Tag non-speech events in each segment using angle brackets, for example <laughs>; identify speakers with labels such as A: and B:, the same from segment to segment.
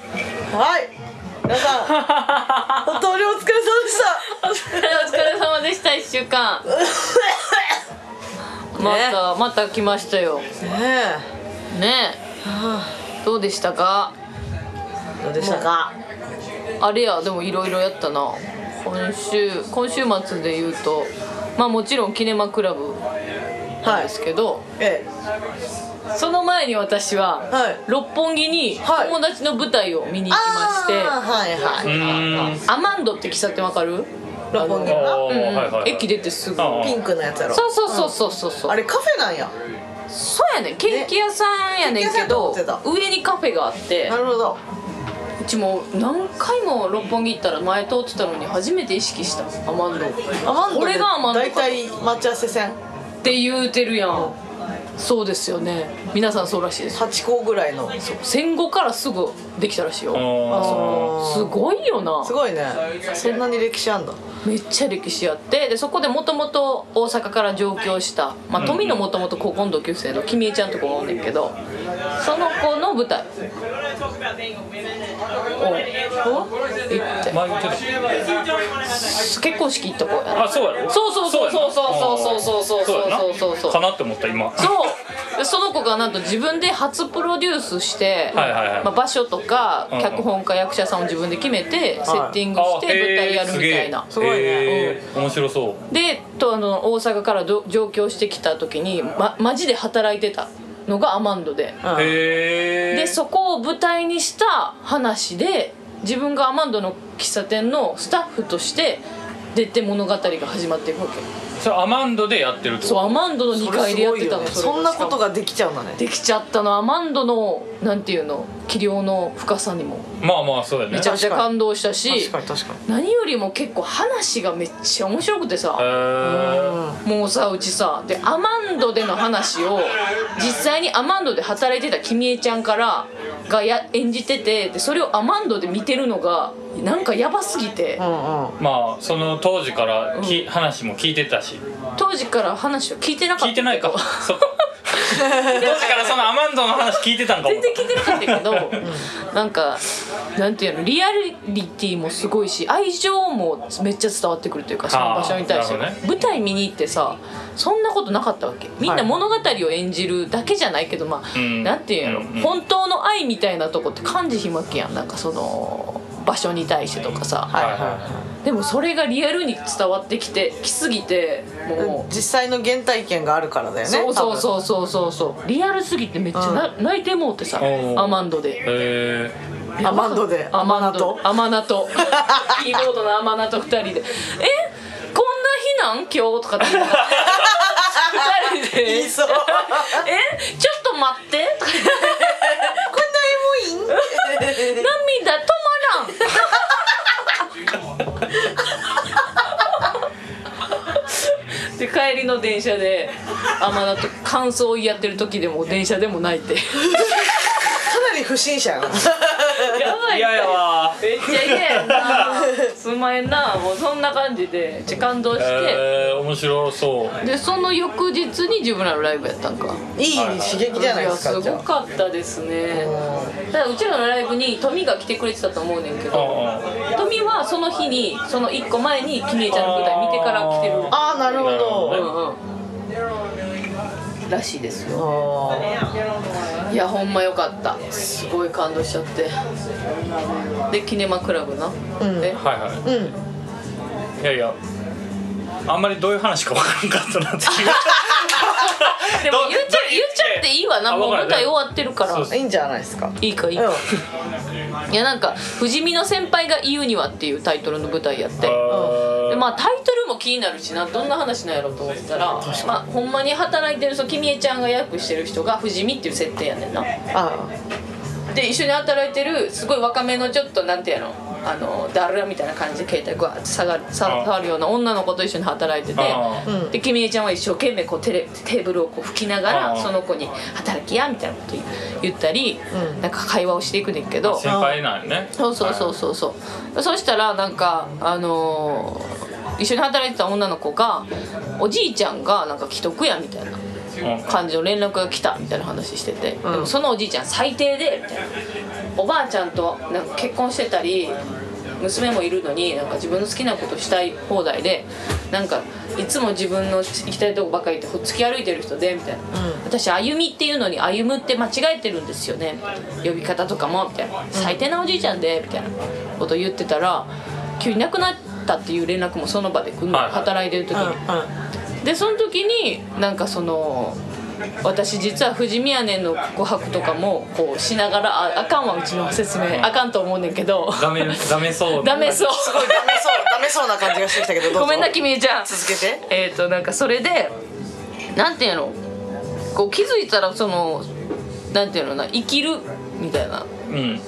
A: はい皆さん本当にお疲れ様でし
B: お疲れ様でした一週間またまた来ましたよ
A: たね
B: ね
A: え、は
B: えどうでしたか
A: あ、どうでしたか
B: あれやでもいろいろやったな今週今週末で言うとまあもちろんキネマクラブなん
A: は
B: で
A: い
B: すけど、
A: え
B: その前に私は、
A: はい
B: 六本木に
A: はい
B: 友達の舞台を見に行きまして、
A: あーはいはい
C: ーん
B: アマンドって喫茶店わかる、
A: 六本木のな
C: おーはいはいはい
B: 駅出てすぐ
C: あー
A: ピンクのやつやろ
B: そうそうそうそうそうそう
A: あれカフェなんや
B: そうやねんケーキ屋さんやねんけど
A: ケーキ屋さんと思って
B: 上にカフェがあって
A: なるほど
B: うちもう何回も六本木行ったら前通ってたのに初めて意識したアマンド
A: アマンド
B: これがアマンド
A: だい
B: か
A: た
B: っ
A: い待ち合わせ線
B: て言うてるやんそうですよね皆さんそうらしいですよ
A: 八校ぐらいの
B: 戦後からすぐできたらしいよ
C: あ
A: あー
B: すごいよな
A: すごいねそんなに歴史あんだ
B: めっちゃ歴史あってでそこでもともと大阪から上京した、まあ、富のもともと高校の同級生の君江ちゃんとこもおんねんけどその子の舞台を行って
C: 前言ってた
B: 結婚式行った子や
C: あそうやろ
B: そうそうそうそうそうそうそうそうそう
C: やな
B: そうそうそう
C: かなって思った今
B: そうでその子がなんと自分で初プロデュースして、
C: はいはいはい
B: まあ、場所とか
C: うんうん
B: 脚本家役者さんを自分で決めてセッティングして舞台やるみたいな、
C: す
A: す
C: ご
A: ご
C: い
A: い
C: ね
A: ね
C: 面白そう
B: でとあの大阪からど上京してきた時に、ま、マジで働いてたのがアマンドで、
A: うん
C: へえ
B: でそこを舞台にした話で自分がアマンドの喫茶店のスタッフとして出て物語が始まっていくわけ
C: それアマンドでやってるって
B: そう
C: こ
B: アマンドの2階でやってたの
A: それすごいよねそんなことができちゃうんだね
B: できちゃったのアマンドのなんていうの器量の深さにも
C: とまあまあそうだよね
B: めちゃくちゃ感動したし
A: 確かに確かに
B: 何よりも結構話がめっちゃ面白くてさ、
C: へー
B: もうさうちさでアマンドでの話を実際にアマンドで働いてた君江ちゃんからがや演じててでそれをアマンドで見てるのがなんかヤバすぎて
A: うんうん
C: まあその当時からき、話も聞いてたし
B: 当時から話を聞いてなかった
C: 聞いてないかそっか当時からそのアマンドの話聞いてたんかも
B: 全然聞いてなかったけどなんかなんていうのリアリティもすごいし愛情もめっちゃ伝わってくるというかその場所に対して、
C: あーなるほ
B: 舞台見に行ってさそんなことなかったわけみん
A: は
B: ない物語を演じるだけじゃないけどまあ、
C: うん
B: なんていうんやろ、
C: うんうん
B: 本当の愛みたいなとこって感じひまきやんなんかその場所に対してとかさ、
C: はい
A: はいはい
C: は
B: でもそれがリアルに伝わってきてきすぎてもう。
A: 実際の原体験があるからだよね
B: そうそう
A: う
B: そうそうそうそうリアルすぎてめっちゃな泣いてもうてさ
C: おー
B: アマンドで
C: いへ
A: アマンドで
B: アマナト
A: と
B: アマナト
A: <laughs>
B: キーボードのアマナト2人で「えこんな日なん今日」とかって言うから2人で
A: 言い
B: <laughs>
A: そうこ
B: 「えちょっと待って」とか言って
A: んなエモいん
B: 涙止まらん
A: <laughs>
B: で帰りの電車であまあだと感想を言い合ってる時でも電車でも泣い
A: <laughs> か
B: て
A: なり不審者やな
B: やば
C: え
B: い
C: いややわ
B: めっちゃ嫌やなすんまへんなもうそんな感じでめっちゃ感動して、
C: えー、面白そう
B: でその翌日に自分らのライブやったんか
A: いい刺激じゃないですか
B: や
A: じ
B: す
A: ゃ
B: ごかったですね
A: あ
B: だからうちらのライブにトミが来てくれてたと思うねんけ
C: う
B: ど
C: んうん
B: トミはその日にその1個前にキミエちゃんの舞台見てから来てる
A: ああなるほ
C: なるほどね
A: ど
B: うんうんらしいですよ
A: あ
B: いやほんまよかったすごい感動しちゃってでキネマクラブな、
A: ん
B: え
C: はいはい
A: ーうん
C: いやいやあんまりどういう話か分からんかったなって <laughs> 気が
B: <laughs> でも
C: ど
B: 言っちゃ
C: ど
B: 言っちゃっていいわな
C: あ
B: もう
C: わか
B: 舞
C: る
B: 台終わってるから
C: そうそう
A: いいんじゃないですか
B: いいかいいか、いやなんか「不死身の先輩が言うには」っていうタイトルの舞台やってでまあタイトルも気になるしなどんな話なんやろうと思ってたら、まあ、ほんまに働いてるそう君江ちゃんが役してる人が不死身っていう設定やねんな
A: あ
B: で一緒に働いてるすごい若めのちょっとなんていうのあのダルラみたいな感じで携帯グワーって下がるさ
C: あ
B: 触るような女の子と一緒に働いてて
C: ああ
A: うん
B: で君江ちゃんは一生懸命こうテレテーブルをこう拭きなが
C: あ
B: ら
C: あ
B: その子に「働きや」みたいなこと言ったり、
A: うん
B: なんか会話をしていくねんけど
C: 先輩なんやね
B: そうそうそうそうそう、そしたらなんかあのー一緒に働いてた女の子がおじいちゃんがなんか既得やみたいな感じの連絡が来たみたいな話してて、
A: ん
B: でもそのおじいちゃん最低でみたいなおばあちゃんとなんか結婚してたり娘もいるのになんか自分の好きなことしたい放題でなんかいつも自分の行きたいとこばっかり行ってほっつき歩いてる人でみたいな、私歩みっていうのに歩むって間違えてるんですよねみたいな呼び方とかもみたいな最低なおじいちゃんでみたいなこと言ってたら急に亡くなったっていう連絡もその場で来るの、
C: はいはい
B: 働いてる時に、でその時になんかその私実は富士宮ねんの告白とかもこうしながらああかんわうちの説明あかんと思うねんけど
C: ダメダメそう
B: ダメそう
A: すごいダメそうダメそうな感じがしてきたけどどうぞ
B: ごめんな君ちゃん
A: 続けて
B: えっ、となんかそれでなんていうのこう気づいたらそのなんていうのな生きるみたいな
C: うん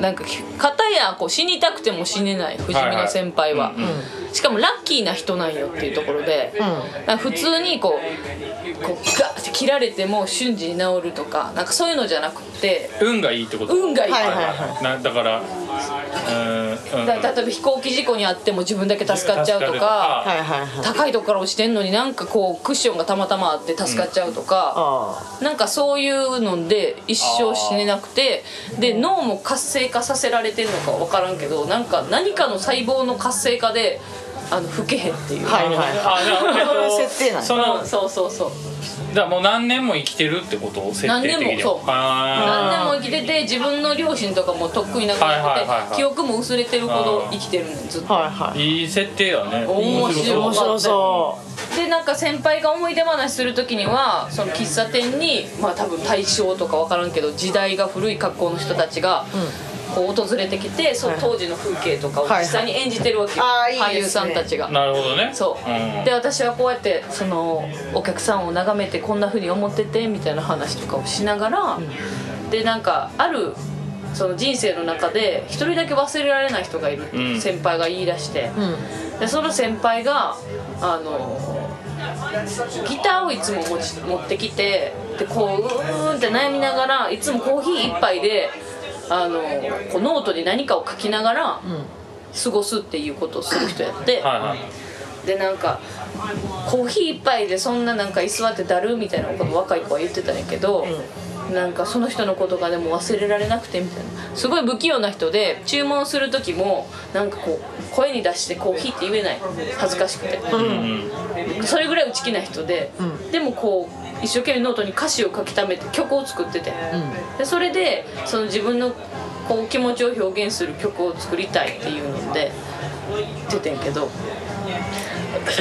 B: なんか片やこう死にたくても死ねない不死身の先輩は、
C: はいはい
B: しかもラッキーな人なんよっていうところで、
A: ん
B: なんか普通にこうこうガッて切られても瞬時に治るとかなんかそういうのじゃなくて
C: 運がいいってこと
B: 運がいい、
A: はいはい
C: なだからうーん
B: だ
C: うん
B: 例えば飛行機事故にあっても自分だけ助かっちゃうと
C: 助
B: か
A: はいはいはい
B: 高いとこから落ちてんのになんかこうクッションがたまたまあって助かっちゃうとか。
A: あ
B: なんかそういうので一生死ねなくてで脳も活性化させられてるのか分からんけどなんか何かの細胞の活性化であの老けへんっていう、
A: あはいはいは
C: あじゃあえっと
A: そういう設定なんや
C: その
B: うんそうそうそう
C: じゃあもう何年も生きてるってこと設定的に
B: 何年もそう
C: あ
B: 何年も生きてて自分の両親とかもとっくに亡くなってて、
C: はいはいはいはい
B: 記憶も薄れてるほど生きてるねんずっと。
A: いはいい
C: いい設定だね
B: 面白い
A: 面白そ
B: でなんか先輩が思い出話する時にはその喫茶店にまあ多分大正とか分からんけど時代が古い格好の人たちがこう訪れてきて、その当時の風景とかを実際に演じてるわけよ、
A: はいはいあーいい
B: 俳
A: で
B: 優
A: すね
B: さんたちが。
C: なるほどね
B: そう、
C: ん
B: で私はこうやってそのお客さんを眺めてこんな風に思っててみたいな話とかをしながら、でなんかあるその人生の中で一人だけ忘れられない人がいるって
C: うん
B: 先輩が言い出して、
A: ううん
B: でその先輩があのギターをいつも持ち持ってきてでこううーんって悩みながらいつもコーヒー一杯であのこうノートに何かを書きながら過ごすっていうことをする人やって。
C: はいはい
B: でなんかコーヒー一杯でそんななんか居座ってだるみたいなこと若い子は言ってたんやけど、なんかその人のことがでも忘れられなくてみたいなすごい不器用な人で注文する時もなんかこう声に出してコーヒーって言えない恥ずかしくて、
C: うん
B: それぐらい内気な人で、でもこう一生懸命ノートに歌詞を書き溜めて曲を作ってて、でそれでその自分のこう気持ちを表現する曲を作りたいっていうので出てんけど。
A: 頑張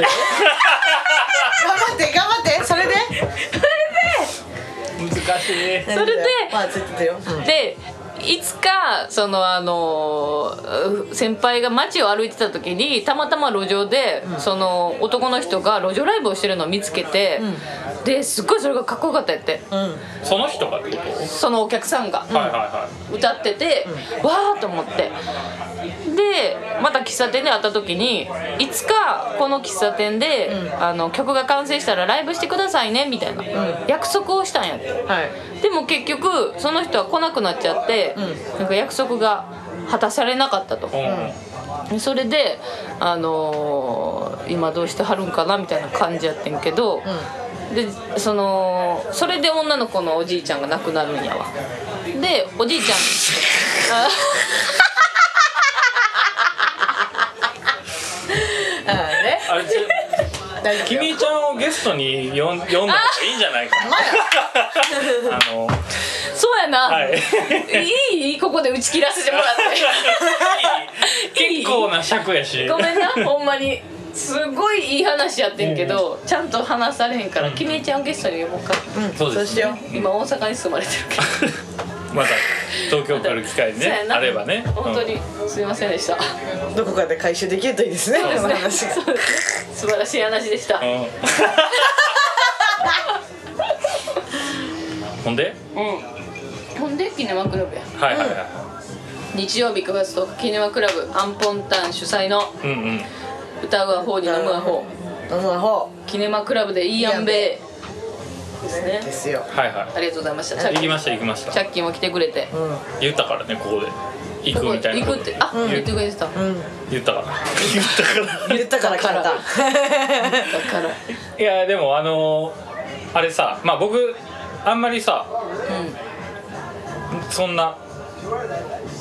A: って頑張ってそれで
C: 難しい
B: それで
A: まあついててようん
B: でいつかそのあのう先輩が街を歩いてた時にたまたま路上で、その男の人が路上ライブをしてるのを見つけて、ですっごいそれがかっこよかったやって
A: うん
C: その人がってこと
B: そのお客さんが
C: はいは
B: 歌ってて、わーと思ってでまた喫茶店で会った時にいつかこの喫茶店で、あの曲が完成したらライブしてくださいねみたいな、約束をしたんやって。
A: はい
B: でも結局その人は来なくなっちゃって、なんか約束が果たされなかったと
C: い、はい
B: それで、あのー今どうしてはるんかなみたいな感じやってんけど、でそのそれで女の子のおじいちゃんが亡くなるんやわでおじいちゃんあ
A: あね
C: あれち
A: 大丈夫
C: きみちゃんをゲストに呼ん呼んだ方がいいんじゃないかなあの
B: そうやな、
C: はい
B: いいここで打ち切らせてもらっていい
C: <laughs> <laughs> 結構な尺やし
B: ごめんなほんまにすごいいい話やってんけど、ちゃんと話されへんから、君ちゃんをゲストに呼ぼうか
C: そうです
A: しよう
B: 今大阪に住まれてるけど
C: <laughs> また東京来る機会ね
B: そうやな
C: あればね
B: 本当にすいませんでした、
A: どこかで回収できるといいですねこの話が
B: そうですね素晴らしい話でした、
C: う
B: うん
C: んうん <laughs> ほんで
B: ほんでキネマクラブや
C: はいはいは
B: 日曜日9月10日キネマクラブアンポンタン主催の
C: いうんうん
B: 「歌うアホに飲むアホ
A: 飲む方」
B: キネマクラブでいいやんべですね
A: ですよ
C: はいは
B: ありがとうございましたチャ
C: い
B: ッ
C: 行
B: キ
C: き
B: ン
C: ました行きまし
B: チ
C: た
B: ャッキンも来てくれて
A: うんうん
C: 言ったからねここで行くみたいな
B: 行
C: こ
B: く
C: と
B: ってあ、言ってくれてただか
C: 言ったから言ったから
A: 言ったから聞いた
B: ら
C: いやでもあのーあれさまあ僕あんまりさ
B: う
C: そんな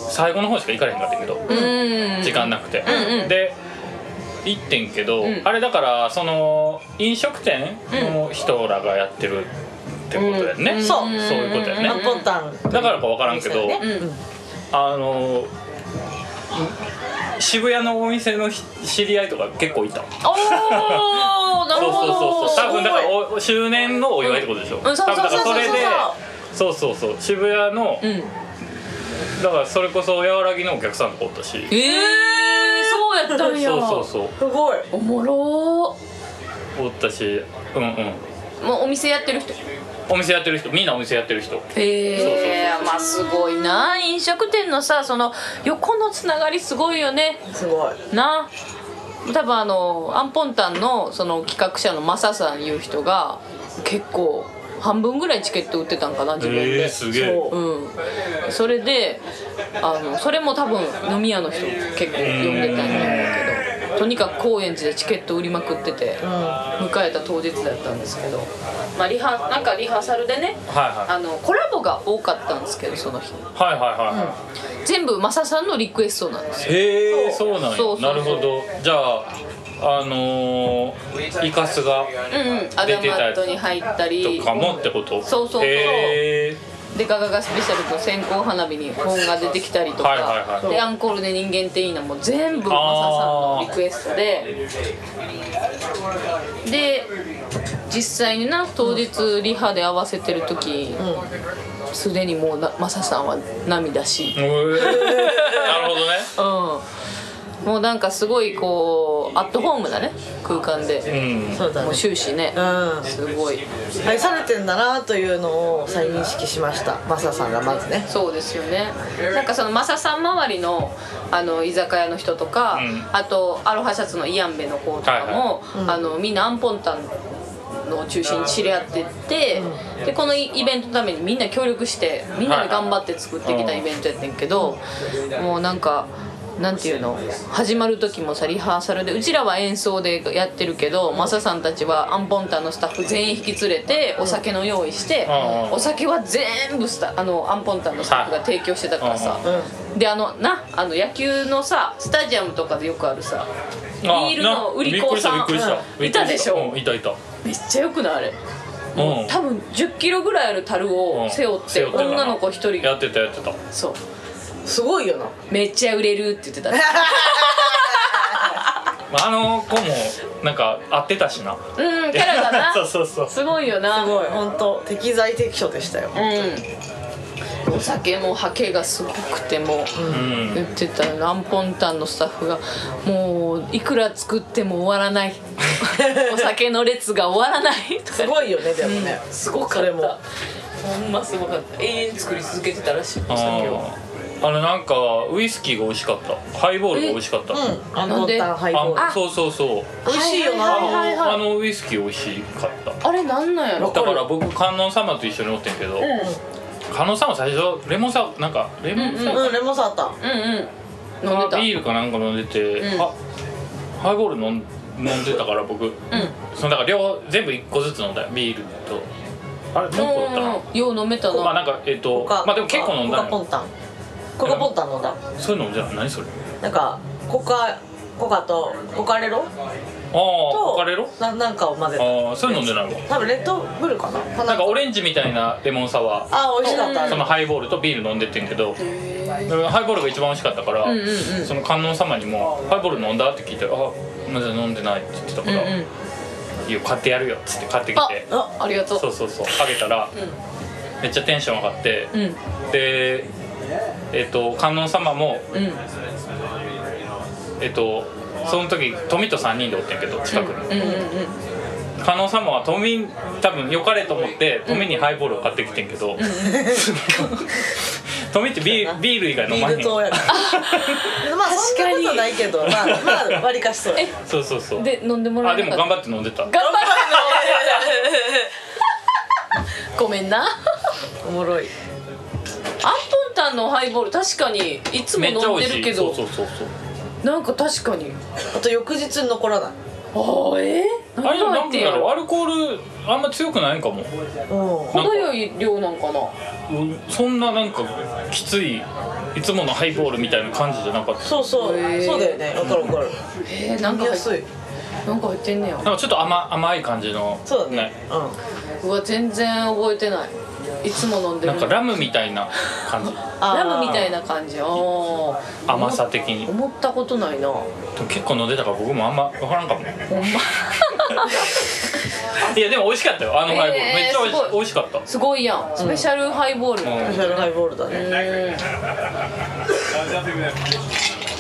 C: 最後の方しか行かれへんかったけど、
B: んうん
C: 時間なくて、
B: うんうん
C: で行ってんけど、
B: うん
C: あれだからその飲食店の人らがやってるってことやんね、
A: うん
C: そ
A: そうう
C: いうことやね、
A: マッポンタン
C: だからか分からんけど、
A: お店ね
B: うん
C: あの渋谷のお店のひ知り合いとか結構いた
B: おーなる
C: そう
B: ほ
C: そう
B: ど
C: そうそう多分だから
A: す
C: おお周年のお祝いってことでしょ、
B: んうんそうそう
C: 多分だか
B: そ
C: ら
B: う
C: そ
B: そう
C: れでそうそうそう渋谷の、
B: うん
C: だからそれこそ和らぎのお客さんとかおったし
B: ええそうやったんや
C: そうそうそう
A: すごい
B: おもろ
C: おったしうんうん
B: ーもうお店やってる人
C: お店やってる人みんなお店やってる人
B: ええまあすごいな飲食店のさその横のつながりすごいよね
A: すごい
B: な多分あのアンポンタンのその企画者のマサさんいう人が結構半分ぐらいチケット売ってたんかな自分で、
C: す
A: そう
B: うん、それであのそれも多分飲み屋の人結構呼んでたんだけどとにかく高円寺でチケット売りまくってて
A: うん
B: 迎えた当日だったんですけど、まあ、リハなんかリハーサルでね
C: は
B: あのコラボが多かったんですけどその日
C: いはいはいはいはいは
B: 全部マサさんのリクエストなんですよ
C: いへえそうなんや
B: そうそう
C: なるほどじゃああのー、イカスが
B: うんうんアダマットに入ったり
C: とかもってこと
B: そうそうそう
C: へえ
B: でガガガスペシャルと線香花火に本が出てきたりとか、
C: はいはいはい
B: でアンコールで人間っていいなもう全部マサさんのリクエストでで実際にな当日リハで合わせてる時すで、にもうなマサさんは涙し <laughs>
C: なるほどね
B: うんもうなんかすごいこうアットホームだね空間で、
C: うん
A: そうだね
B: もう終始ね、
A: う
B: すごい
A: ん愛されてんだなというのを再認識しましたマサさんがまずね
B: そうですよねなんかそのマサさん周りのあの居酒屋の人とか、
C: うん
B: あとアロハシャツのイアンベの子とかも、あのみんなアンポンタンのを中心に知り合ってって、でこのイイベントのためにみんな協力してみんなで頑張って作ってきたイベントやってんけど、もうなんか。なんていうの始まる時もさリハーサルでうちらは演奏でやってるけどマサさんたちはアンポンタンのスタッフ全員引き連れてお酒の用意して、
C: うん
B: お酒は全部スタあのアンポンタンのスタッフが提供してたからさ、であのなあの野球のさスタジアムとかでよくあるさビ
C: あ
B: ールの売り
C: なびっく
B: 子
C: りした
B: さ
C: びっ
B: ん
C: くりした
B: うん
C: びっくり
B: いたでしょ
C: うんいたいた
B: めっちゃよくないあれ
C: うん
B: 多分1 0キロぐらいある樽
C: う
B: を
C: ん
B: 背負って
C: 背負ってたな
B: 女の子一人
C: や
B: が
C: ってたやってた
B: そう
A: すごいよな
B: めっちゃ売れるって言って
C: <laughs>
B: た
C: あの子もなんか会ってたしな
B: うんキャラがな
C: <laughs> そうそうそう
B: すごいよな
A: すごい本当適材適所でしたよ
B: うんお酒もハケがすごくてもう
C: うん
B: 言ってたランポンタンのスタッフがもういくら作っても終わら <laughs> ないお酒の列が終わらないとか
A: すごいよねでもね
B: うんすごか
A: そ
B: っ
A: れ
B: た
A: も
B: ほんますごかった永遠に作り続けてたらしいお酒を
C: あーあのなんかウイスキーが美味しかったハイボールが美味しかった、
A: うんアン
B: な
A: コ
B: ん
A: ン
B: で
A: タンハイボール
C: あそうそうそう
A: 美味しいよな
B: はいはいはいはい
C: あのウイスキー美味しかった
B: あれなんなんやろ
C: だから僕観音様と一緒におってんけど、観音様最初レモンサワーなんかレモンサワ
A: うんレモンサワーあった
B: うんうん飲んでた
C: ービールかなんか飲んでて、
B: うん
C: あハイボール飲ん飲んでたから僕、そのだから両方全部一個ずつ飲んだよビールとあれ何個だったか
B: うんよう飲めた
C: なまあ
B: な
C: なんかえっ、と
A: コカ
C: まあでも結構飲んだ
A: コカポ
C: よ
A: ンタンコカポンタン飲んだ
C: そういうのじゃ何それあ
A: なんかコカコカとコカレロ
C: あー
A: と
C: おかれろ
A: ななんかを混ぜ
C: あ
A: た
C: あそういうの飲んでないわ
A: 多分レッドブルかなか
C: なんかオレンジみたいなレモンサワー
A: あ美味しかったあれ
C: そのハイボールとビール飲んでってんけどハイボールが一番美味しかったから、
B: うんうんうん
C: その観音様にも「ハイボール飲んだ?」って聞いて「あまだ飲んでない」って言ってたから「
B: うんうん
C: いいよ買ってやるよ」っつって買ってき
B: あ
C: て
A: あ
B: ありがとう
C: そうそうそうあげたら、めっちゃテンション上がって、
B: うん
C: でえっ、と観音様も
B: うん
C: えっ、とその時富と3人でおってんけど近くに、
B: うんうんうん
C: 観音様は富多分良かれと思って富にハイボールを買ってきてんけど、 <laughs> 富ってビールビール以外飲
A: ビ
C: まへ
A: ー
C: ん
A: ル糖や
C: <laughs>
A: からまあそんなことないけどまあまあ割りかしそう
B: え
C: そうそうそう
B: で飲んでもら
C: あ
B: え
C: で
B: な
C: も
B: かっ
C: 頑張って飲んでた
B: た頑張ったごめんな
A: <laughs> おもろい
B: アンポンタンのハイボール確かにいつも
C: めっちゃ
B: 飲ん
C: 美
B: で
C: 味し
B: るけ
C: いそ
B: ど
C: うそうそうそう
B: なんか確かに
A: あと翌日に残らない
B: ああえー
C: あれでもな
B: 何が入っ
C: んか
B: てんやろ
C: アルコールあんま強くないんかも
A: うん
B: 程よい量なんかな
C: うんそんななんかきついいつものハイボールみたいな感じじゃなかった
A: そうそう、
B: へー
A: そうだよねわかるわかる
B: えー、なん
A: 飲
B: か
A: みや
B: 入っ
A: すい
B: なんか入ってんねや
C: なんかちょっと甘甘い感じの
A: そうだねうん
B: うわ全然覚えてないいつも飲んでる
C: なんかラムみたいな感じ
A: あー
B: ラムみたいな感じあー
C: 甘さ的に
B: 思ったことないなほん
C: でも結構飲んでたから僕もあんま分からんかも
B: ま
C: いやでも美味しかったよあのハイボール、
B: えー
C: めっちゃ美味し
B: すごい
C: 美味しかった
B: すごいやんスペシャルハイボール、
C: うん
A: スペシャルハイボールだね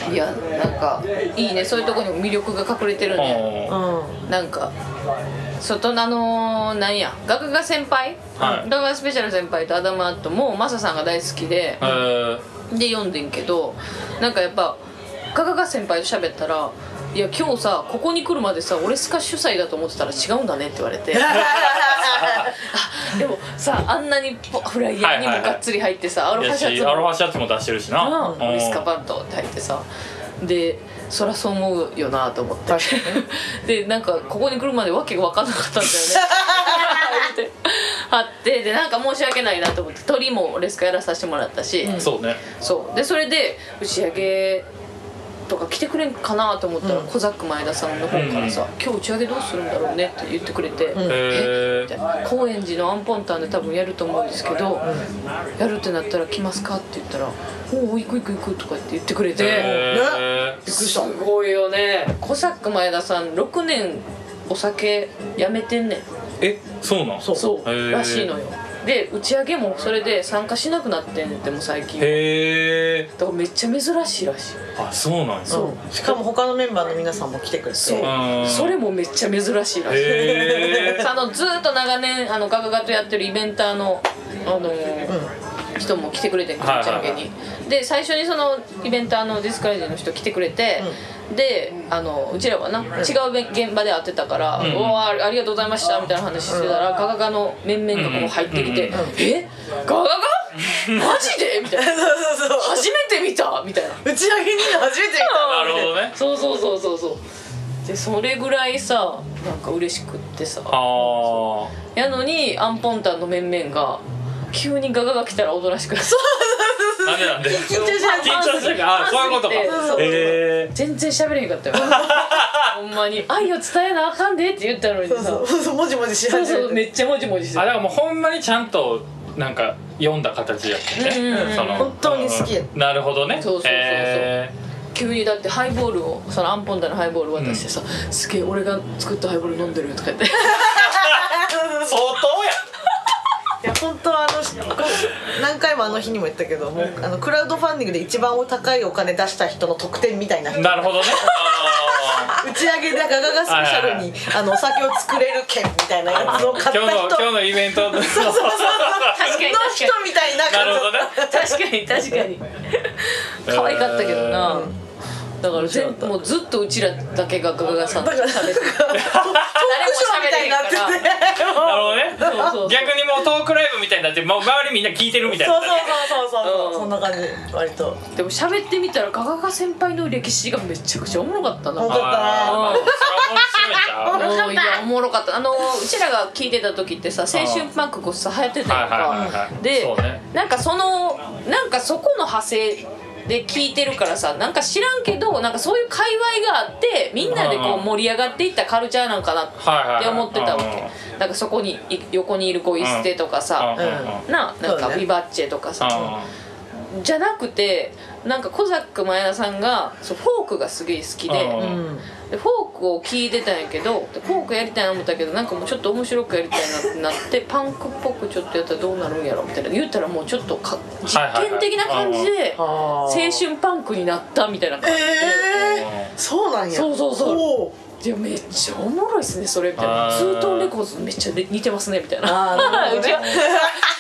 B: うんいやなんかいいねそういうとこにも魅力が隠れてるね
A: うん
C: う
B: <laughs>
C: ん
B: なんか外なのなんや学が先輩、
C: はい
B: ガガスペシャル先輩とアダムアットもマサさんが大好きで、
C: えー
B: で読んでんけどなんかやっぱガガガ先輩と喋ったら「いや今日さここに来るまでさ俺スカ主催だと思ってたら違うんだね」って言われ
C: <laughs>
B: てあでもさあんなにポフライヤーにもがっつり入ってさ、
C: いや
B: アロハシャツ
C: し
B: も
C: アロハシャツも出してるしな、
B: うん、リスカパッドって入ってさでそりゃそう思うよなと思って <laughs> でなんかここに来るまでわけが分かんなかったんだよね <laughs> ってあってでなんか申し訳ないなと思って鳥もレスカやらさせてもらったし、
C: そうね
B: そうでそれで打ち上げとか来てくれんかなと思ったら、コザック前田さんの方からさ、今日打ち上げどうするんだろうね」って言ってくれて、えみ
C: え
B: たいな高円寺のアンポンタンで多分やると思うんですけど、やるってなったら来ますかって言ったら「おお行く行く行く」とかって言ってくれて、
A: びっく
C: え
A: りした
B: すごいよねコサック前田さん6年お酒やめてんねん
C: えそうなん
A: そう
B: そう、
C: へー
B: らしいのよで打ち上げもそれで参加しなくなってんねんってもう最近だ
C: へえ
B: からめっちゃ珍しいらしい
C: あそうなんや
A: うんしかも他のメンバーの皆さんも来てくれて
B: そう
C: うん
B: それもめっちゃ珍しいらしい
C: へえ
B: あのずーっと長年あのガガガとやってるイベンターの、あのー人も来てくれてん
C: はい
B: 打
C: はい
B: ち
C: は
B: 上
C: い
B: げにで最初にそのイベンターのディスカレージの人来てくれて、であのうちらはな違うべ現場で会ってたから「
C: ん
B: うわーありがとうございました」みたいな話してたら、ガガガの面々がこう入ってきて「
C: うん
B: えガガガマジで?」みたい
C: <laughs>
B: な
A: そうそう
B: 「
A: そう
B: 初めて見た」みたいな。
A: 打ち上げにいるの初めて見
C: なるほどね
B: そうそうそうそうそうでそれぐらいさなんか嬉しくってさ
C: あ
B: やのにアンポンタンの面々が急にガガが来たらおとなしくなって
C: あなんでなんで緊
A: 張しちゃう
C: 張しちゃうからあそういうことか
B: そう
C: え
B: 全然喋れへんかったよほんまに「愛を伝えなあかんで」って言ったのにさ
A: たそうそうそうもじもじし
B: そう
A: 始
B: そう
A: めて
B: めっちゃもじもじし
C: ー
B: て
C: あ
B: た
C: だからもうほんまにちゃんとなんか読んだ形やってね
B: うんうん
C: その
A: 本当に好きや
C: うんなるほどね
B: そうそうそうそう
C: え
B: 急にだってハイボールをそのアンポンタンのハイボール渡してさ「すげえ俺が作ったハイボール飲んでる」とか言って
C: ー相当や
A: いや本当はあの何回もあの日にも言ったけどもうあのクラウドファンディングで一番お高いお金出した人の特典みたいな
C: なるほどね。あ
A: 打ち上げでガガガスペシャルにあのお酒を作れる券みたいなやつを買っ
C: ー
A: た人
C: 今日の今日
A: の
C: のイベ
B: <laughs>
C: ントの。
B: 確かに確
A: 人みたいな
C: な
A: 感
C: る
A: じ
C: ほどね。
B: 確かに確かに可愛かったけどな、だから全もうずっとうちらだけがガガガさんと喋ってる
A: 誰も
B: 誰も喋れへん
A: みたいになってて
C: なるほどね。
B: そうそうそう
C: 逆にもうトークライブみたいになって、もう周りみんな聞いてるみたい
A: そう
C: な。
A: そうそうそうそう、そ
B: うん
A: んな感じ割と
B: でも喋ってみたらガガガ先輩の歴史がめちゃくちゃおもろかったな
A: 本当だ
C: あーまあそれは面
B: うん
C: 白いんちゃう
B: いやおもろかったあのうちらが聞いてた時ってさ青春パンクこそ流行ってたやん
C: はいはいはい
B: か
C: はい
B: で
C: そうね
B: なんかそのなんかそこの派生で聞いてるからさなんか知らんけどなんかそういう界隈があってみんなでこ
C: うん
B: う盛り上がっていったカルチャーなんかなって
C: はいはいはい。
B: って思ってたわけ、なんかそこにい横にいる子イステとかさ、
C: う
B: ななん
A: そう
B: か
A: ね
B: ビバッチェとかさ、じゃなくてなんかコザック前田さんがそうフォークがすげえ好きで,、
C: うん
A: うんうん
B: でフォークを聞いてたんやけどでフォークやりたいな思ったけどなんかもうちょっと面白くやりたいなってなってパンクっぽくちょっとやったらどうなるんやろみたいな言ったらもうちょっとか実験的な感じで
A: あ
B: 青
A: ー
B: 春パンクになったみたいな
A: え
B: 感じで。
A: えー、そうなんや
B: そうそうそう
A: おー
B: いやめっちゃおもろいっすねそれみたい
C: あ
B: な
C: ー
B: ツートンレコーズめっちゃ似てますねみたいな
A: あーなるほどね
B: <laughs> うちは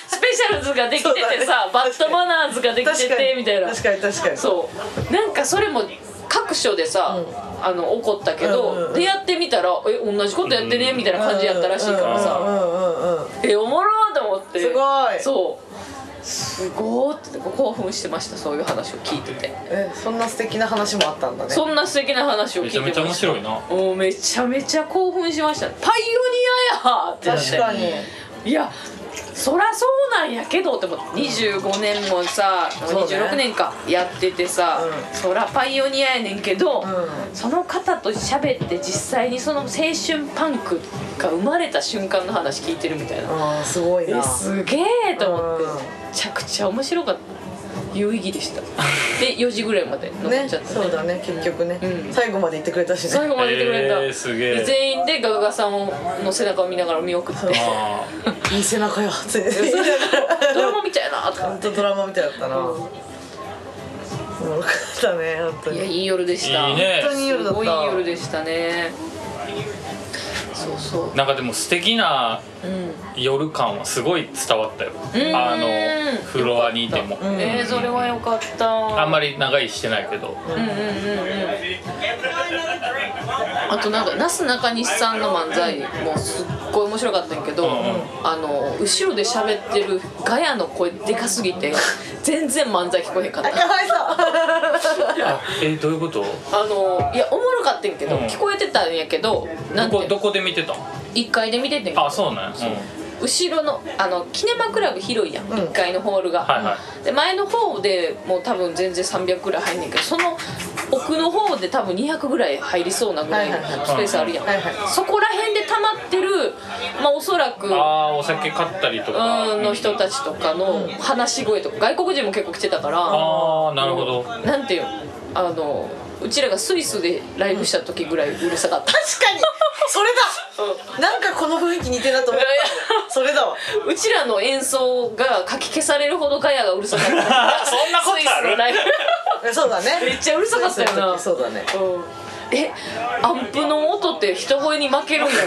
B: スペシャルズができて
A: <laughs>
B: てさ、バッドマナーズができ
A: 確
B: て
A: か
B: て
A: に
B: みたいな
A: 確かに確かに
B: そうなんかそれも各所でさ、あの怒ったけど、
A: うんうんうん
B: でやってみたら「え同じことやってね」みたいな感じやったらしいからさ、
A: うんうんうんうんうん
B: えおもろーと思って
A: すごい
B: そうすごーって興奮してましたそういう話を聞いてて
A: えそんな素敵な話もあったんだね
B: そんな素敵な話を聞
C: め
B: いて
C: ちゃ
B: ま
C: め
B: し
C: ち
B: た
C: ゃ面白いな
B: もうめちゃめちゃ興奮しましたパイオニアやーってなって
A: 確かに
B: いやそらそうなんやけどって思って25年もさ
A: そうね
B: 26年かやっててさ、
A: う
B: そらパイオニアやねんけど、
A: う
B: その方と喋って実際にその青春パンクが生まれた瞬間の話聞いてるみたいな、
A: あーすごい
B: え
A: な
B: すげえと思って、
A: うん
B: めちゃくちゃ面白かった有意義
A: <laughs>
B: でしたで4時ぐらいまで残っ
A: ね
B: ちゃった、
A: そうだね結局ね、
B: うん
A: 最後まで言ってくれたし
B: 最
A: ね
B: 後までいてくれた、
C: えーすげえ
B: で全員でガガガさんの背中を見ながら見送って
C: あ
A: いい背中よつ <laughs> って
B: <laughs> ドラマみたいなと
A: ほ
B: か
A: んとドラマみたいだったな、おもろかったね本当
B: い
A: に
B: やいい夜でした
C: いいね
A: 本当にいい夜だ
B: す
A: った
B: ごいいい夜でしたねそうそう
C: ーなんかでも素敵な
B: うん
C: 夜感はすごい伝わったよ
B: ーん
C: あのフロアにいても
A: うん
B: えー、それはよかった
C: あんま
B: り
C: り長居してないけど
B: うんうんうんうんあとなんかなすなかにしさんの漫才もすっごい面白かったんやけど、
C: うんうん
B: あの後ろで喋ってるガヤの声でかすぎて全然漫才聞こえへんかっ
A: あ
B: た
A: かわいそう
C: あえーどういうこと
B: あのいやおもろかったんやけど、
C: うん
B: 聞こえてたんやけどな
C: ど
B: んて
C: こどこで見てたん
B: 1階で見ててんけど
C: あそうなんやうん
B: 後ろのあのキネマクラブ広いやん、
A: ん
B: 1階のホールが、
C: はいは
B: で前の方でもう多分全然300ぐらい入んねんけどその奥の方で多分200ぐらい入りそうなぐらいの
A: はいはいはい
B: スペースあるやん、
A: はいはい
B: そこら辺で溜まってるまあおそらく
C: あーお酒買ったりとか
B: うんの人たちとかの話し声とか外国人も結構来てたから
C: ああなるほど
B: なんていうのあのうちらがスイスでライブした時ぐらいうるさかった、
A: 確かにそれだなんかこの雰囲気似てるなと思った
B: い
A: それだわ
B: <laughs> うちらの演奏がかき消されるほどガヤがうるさかっ
C: <laughs>
B: たそん
C: なことある
A: え <laughs> そうだね
B: めっちゃうるさかったよな
A: そうだ
B: <laughs>
A: ね
B: うんえアンプの音って人声に負けるんや <laughs>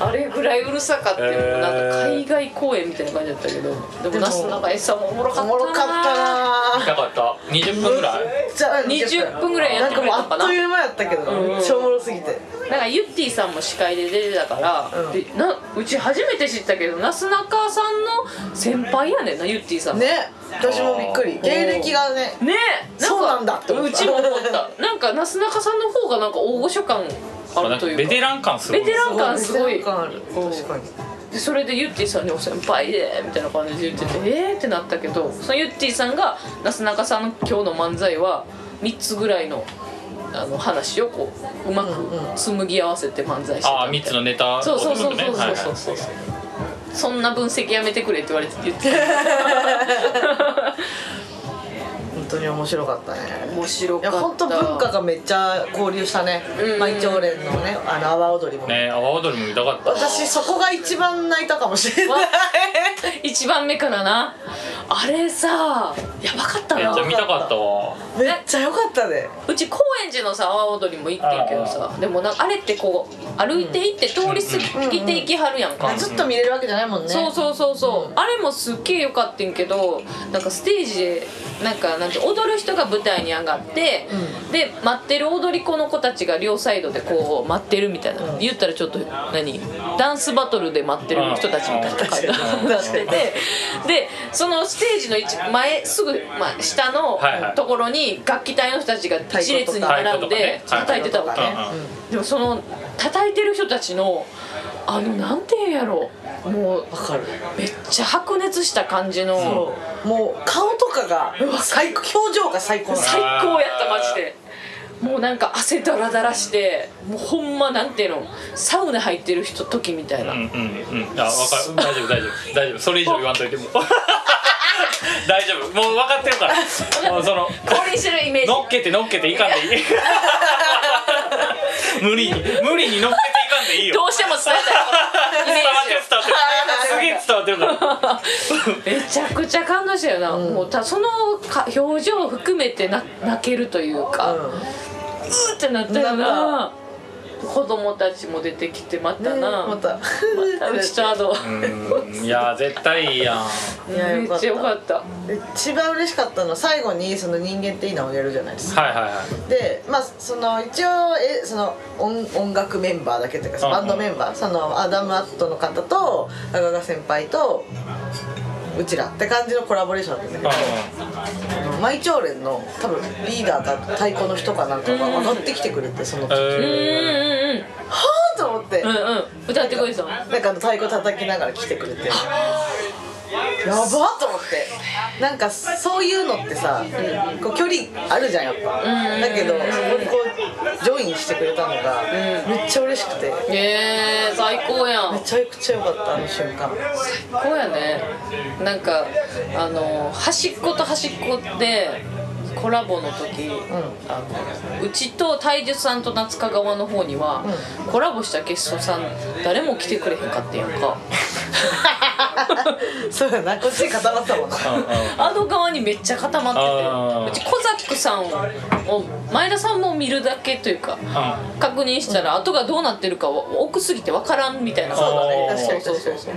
B: あれぐらいうるさかったよなんか海外公演みたいな感じだったけどでも
A: も
B: なすなかにしさんもおもろか
A: お
B: った
A: もろかったな
C: 痛かった20分ぐらい
A: じゃあ
B: 20分ぐらいやってくれた
A: なん
B: の
A: かも
B: か
A: う
B: な
A: あっという間やったけどめっちゃおもろすぎて
B: なんかゆってぃさんも司会で出てたから、
A: うん
B: でなうち初めて知ったけどなすなかさんの先輩やねんなゆってぃさんも
A: ね私もびっくり
B: ー
A: 芸歴がね
B: ねえ
A: そうなんだって思
B: う
A: った
B: ちも思った <laughs> なんかなすなかさんの方がなんか大御所感あ
C: なん
B: る
C: か
B: というか
C: ベテラン感すごい
B: ベテラン感すごい
A: ベテラン感ある確かに
B: でそれでゆってぃさんに「お先輩で」みたいな感じで言ってて「えー?」ってなったけどそのゆってぃさんがなすなかさんの今日の漫才は3つぐらいのあの話をこううまく紡ぎ合わせて漫才して
C: あ
B: た
C: あ
B: み
C: 3
B: た
C: つ
B: い
C: のネタ
B: なそうそうそう
C: って
B: そ
C: こ
B: う
C: とね
B: そうそうそうそんな分析やめてくれって言われて言って
A: <laughs> 本当に面白かったね
B: 面白
A: い
B: か
A: や
B: った
A: 本当文化がめっちゃ交流したね
B: うん
A: 毎朝連のねあの阿波踊りも
C: はいはいね阿波踊りも見たかった
A: 私そこが一番泣いたかもしれない
B: 1番目からなあれさやばかった
C: めっ
B: な
C: ちゃ見たかったわ
A: <laughs> めっちゃ良かったね
B: うち高円寺のさ阿波踊りも行ってんけどさでもなんかあれってこう歩いて行って通り過ぎて行きはるやんか、
A: ずっと見れるわけじゃないもんね
B: そうそうそうそう、あれもすっげえ良かったんけどなんかステージでなんかなんて踊る人が舞台に上がって、で待ってる踊り子の子たちが両サイドでこう待ってるみたいな、言ったらちょっと何ダンスバトルで待ってる人たちみたいな感じ
A: うん確かに
B: しててでそのステージの一前すぐ、まあ、下の
C: はいはい
B: ところに楽器隊の人たちが一列に並んで
C: 太鼓とかね
B: 叩いてたわけ、
C: うんうん
B: でもその叩いてる人たちのあのなんて言うんやろもう
A: わかる
B: めっちゃ白熱した感じの
A: そうもう顔とかが最高表情が最高なの
B: 最高やったマジでもうなんか汗だらだらしてもうほんまなんていうのサウナ入ってる人時みたいな、
C: うんうんうんあ分かる大丈夫大丈夫大丈夫それ以上言わんといても <laughs> 大丈夫もう分かってるからもうその
B: 降臨してるイメージ
C: 乗っけて乗っけていかんでいい無理に無理に乗っけていかんでいい
B: ど
C: よ
B: うしても伝えたいイメ
C: 伝わってる伝わってるすげえ伝わってるから
B: ージめちゃくちゃ感動したよな、もうたそのか表情を含めてな泣けるというか、う
A: う
B: ーってなったよな子供たちも出てきてまたな、
A: また
B: ま <laughs> たうちとあと
C: うんいや絶対いいや
A: <laughs>
C: ん
A: いや
B: めっちゃよかった
A: 一番嬉しかったのは最後にその人間っていいなをやるじゃないですか
C: はいはいはい
A: でまあその一応えその音音楽メンバーだけというか
C: うんうん
A: バンドメンバー、そのアダム・アットの方と赤川先輩とうちらって感じのコラボレーションだったんだけど、あのマイ朝連の多分リーダーか太鼓の人かなんかが上がってきてくれてその時、は
B: うんうん
C: え
A: あと思って、
B: うんうんうん歌ってくれてたの
A: なんかあの太鼓叩きながら来てくれてやばっと思ってなんかそういうのってさ、こう距離あるじゃんやっぱ、だけどそこにこうジョインしてくれたのが、めっちゃ嬉しくて
B: えー、最高やん
A: めちゃくちゃ良かったあの瞬間
B: こうやねなんかあの端っこと端っこでコラボの時、あのうちと体術さんと夏香川の方には、コラボしたゲストさん誰も来てくれへんかったやん <laughs> か
A: そうやなこっち固まってたもんな
B: あの側にめっちゃ固ま
C: あー
B: っててうちコザックさんを前田さんも見るだけというか確認したら後がどうなってるかは奥すぎて分からんみたいな
A: そうだね
C: あー
A: 確かに
B: そう
A: 確か
B: そう
A: に
B: そう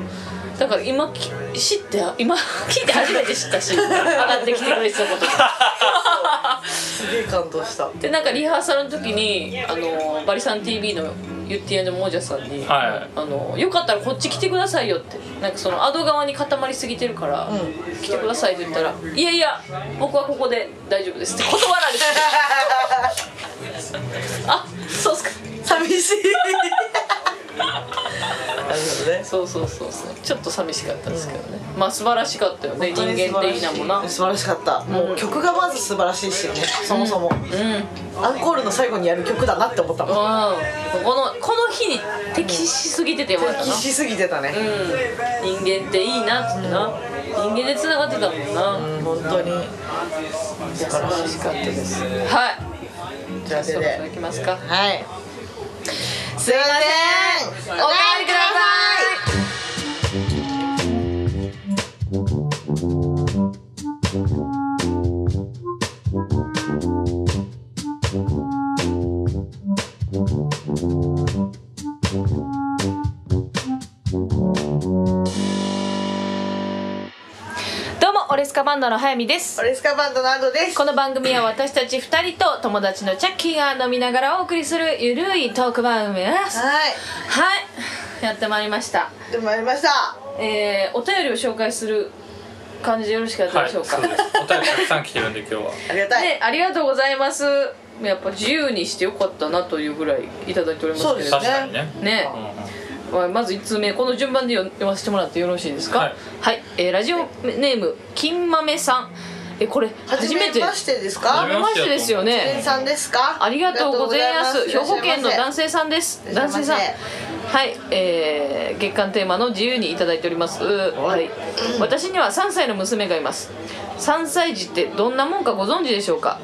B: だから今き知って今聞いて初めて知ったし上がってきてくれてたこと
C: <laughs>
B: が
A: すげえ感動した
B: でなんかリハーサルの時にあのバリさん TV のゆってぃのもじゃさんに、
C: はい
B: あの「よかったらこっち来てくださいよ」ってなんかそのアド側に固まりすぎてるから「
A: う
B: 来てください」って言ったら「いやいや僕はここで大丈夫です」って断られて
A: <laughs>
B: あそうっすか
A: 寂しいなるほどね
B: そうそうそうそうちょっと寂しかったですけどね、まあ素晴らしかったよね人間的なもんな
A: 素晴らしかった、もう曲がまず素晴らしいしねそもそも、
B: うん
A: アンコールの最後にやる曲だなって思ったもん
B: うんこのこの日に適しすぎててよかったな
A: 適しすぎてたね、
B: うん人間っていいなってな、人間でつながってたもんな、
A: うん本当に
B: 素晴らしかったですはい
A: じゃあそ
B: そ
A: れ
B: ろ
A: で
B: そろいきますか
A: はいすいません
B: お帰りくださいどうもオレスカバンドの早見です
A: オレスカバンドのアドです
B: この番組は私たち2人と友達のチャッキーが飲みながらお送りするゆるいトーク番組ですは
A: はい
B: いやってまいりました
A: やってまいりました
B: えー、お便りを紹介する感じでよろしかった
C: は
B: で
C: い
B: し
C: そ
B: ょ
C: う
B: う
C: で
B: か、
C: すお便りたくさん来てるんで今日は
A: ありがたい、
B: ねありがとうございますやっぱ自由にしてよかったなというぐらいいただいております
A: そう
B: け
A: です
B: れど
C: 確かにね
B: ね
C: うん、うん
B: まあまず1通目この順番で読ませてもらってよろしいですかは
C: はいい、
B: えーラジオネーム金豆さんえこれ初めて
A: はじめましてですか
B: 初めましてですよ
A: 初め
B: ね
A: さんですか
B: ありがとうございます
A: あり
B: 兵
A: がとう
B: 庫
A: ござい
B: 県
A: ま
B: の
A: す
B: 男性さんです
A: いらっ
B: 男
A: しゃいませ
B: 性さんはい、えー、月間テーマの自由にいただいておりますはい私には3歳の娘がいます3歳児ってどんなもんかご存知でしょうか、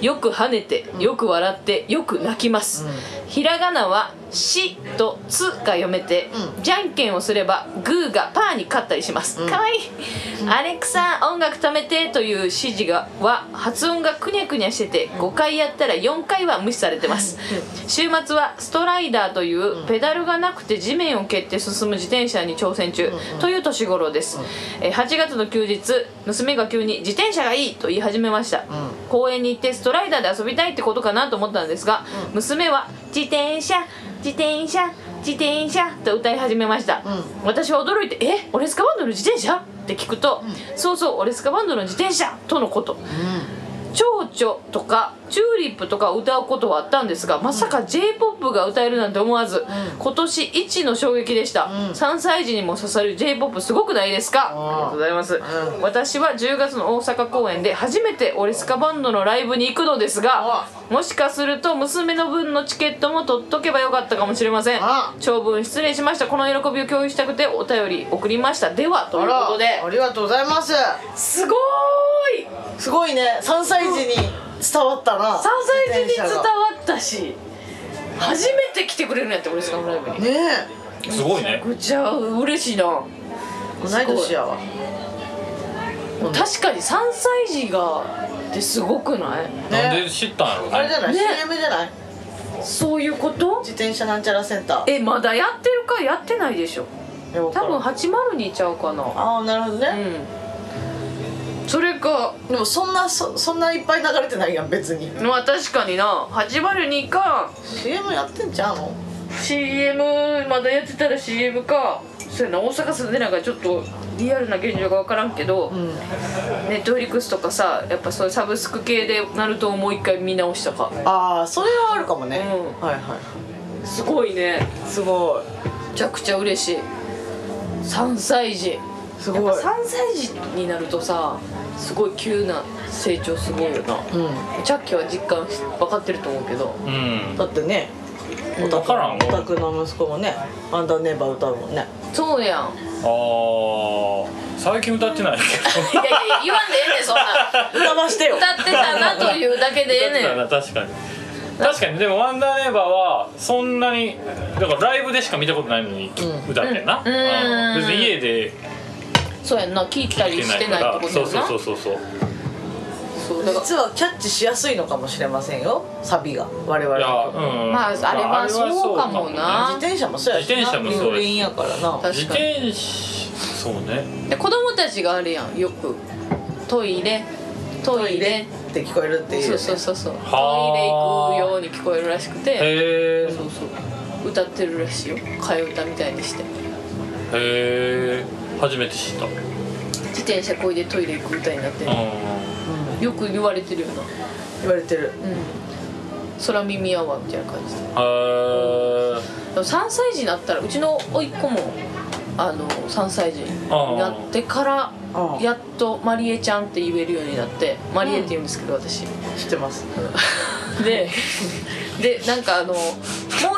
B: よく跳ねてよく笑ってよく泣きます、ひらがなは「し」と「つ」が読めて、じゃんけんをすればグーがパーに勝ったりします、かわいい「アレクサ音楽止めて」という指示がは発音がくにゃくにゃしてて5回やったら4回は無視されてます週末はストライダーというペダルがなくて地面を蹴って進む自転車に挑戦中という年頃です、えー8月の休日娘が急に「自転車がいい!」と言い始めました、公園に行ってストライダーで遊びたいってことかなと思ったんですが、娘は「自転車自転車自転車」と歌い始めました、私は驚いて「えオレスカバンドの自転車?」って聞くと「そうそうオレスカバンドの自転車」とのこと、蝶々とかチューリップとかを歌うことはあったんですがまさか j p o p が歌えるなんて思わず、今年一の衝撃でした、3歳児にも刺さる j p o p すごくないですかありがとうございます、私は10月の大阪公演で初めてオレスカバンドのライブに行くのですがもしかすると娘の分のチケットも取っとけばよかったかもしれません
A: あ
B: 長文失礼しましたこの喜びを共有したくてお便り送りましたではという
A: あ
B: ことで
A: らありがとうございます
B: すごーい
A: すごいね3歳児に伝わったな
B: 3歳児に伝わ
A: 自
B: ったし初めて来てくれるんやって俺スカムライブに
A: 転車がね
C: すごいね
B: めっちゃ嬉しいな
A: え同い年やわ
B: 確かに3歳児がってすごくない
C: なんで知ったんやろう
A: あれじ
C: ね
A: ゃない、
B: ね
A: CM じゃない
B: そういうこと
A: 自転車なんちゃらセンター
B: えまだやってるかやってないでしょ
A: 多
B: 多分802ちゃうかな
A: ああなるほど
B: う
A: ね、
B: んそれか
A: でもそんなそそんないっぱい流れてないやん別に
B: まあ確かにな802か
A: CM やってんちゃうの
B: CM まだやってたら CM かそうやな大阪住んでないからちょっとリアルな現状が分からんけど、
A: うん
B: ネットフリックスとかさやっぱそういうサブスク系でナルトをもう一回見直したか
A: ああそれはあるかもね、
B: うん
A: はいはい
B: すごいね
A: すご
B: めちゃくちゃ嬉しい3歳児
A: いす
B: やっぱ
A: ごい
B: 3歳児になるとさすごい急な成長すごいよな
A: うん
B: チャッキーは実感分かってると思うけど
C: うん
A: だってね
B: うん
A: オタ
C: わからん
A: クオタクの息子もね「アンダーネーバー」歌うもんね
B: そうやん
C: あー最近歌ってない
B: い
C: け
B: やいや言わんでええねんそんなん
A: 歌わしてよ
B: 歌ってたなというだけでええ
C: ど
B: ね
C: だな確かに確かにでも「ワンダーネイバー」はそんなにだからライブでしか見たことないのに
A: うん
C: 歌ってんな、
B: うんうん
C: 別に家で
B: んそうやんな聞いた
C: 見
B: り
C: て
B: し
C: な
B: て
C: いか
B: ないってこ
C: ら
B: と
C: そ
B: や
C: うんそう
B: な
C: そうそうそう
B: そうだから
A: 実はキャッチしやすいのかもしれませんよサビが我々
C: いや
A: は
C: うん
B: まああれはそうかも
C: ね
B: な
A: 自転車もそうやしな
C: 自転車もそ
A: ルー
C: うやし
A: ルインやからな
B: 確
C: 自
B: かに
C: 転車そうね
B: で子供たちがあるやんよくトイレトイレ
A: って聞こえるっていう、
B: そう
A: ね、
B: そうそうそうトイレ
C: は
B: 行
C: あ
B: くように聞こえるらしくて
C: へえ
B: そうそう歌ってるらしいよ替え歌みたいにして
C: へえ初めて知ったうん
B: 自転車こいでトイレ行く歌になってるよく言われてるよな
A: 言われてる
B: うん空耳アワーみたいな感じで <laughs>
C: へー
B: でも3歳児になったらうちの甥っ子もあの3歳児になってか
A: あ
B: ら
A: あ
B: やっとマリエちゃんって言えるようになってマリエって言うんですけど私
A: 知ってます
B: ででなんかあのも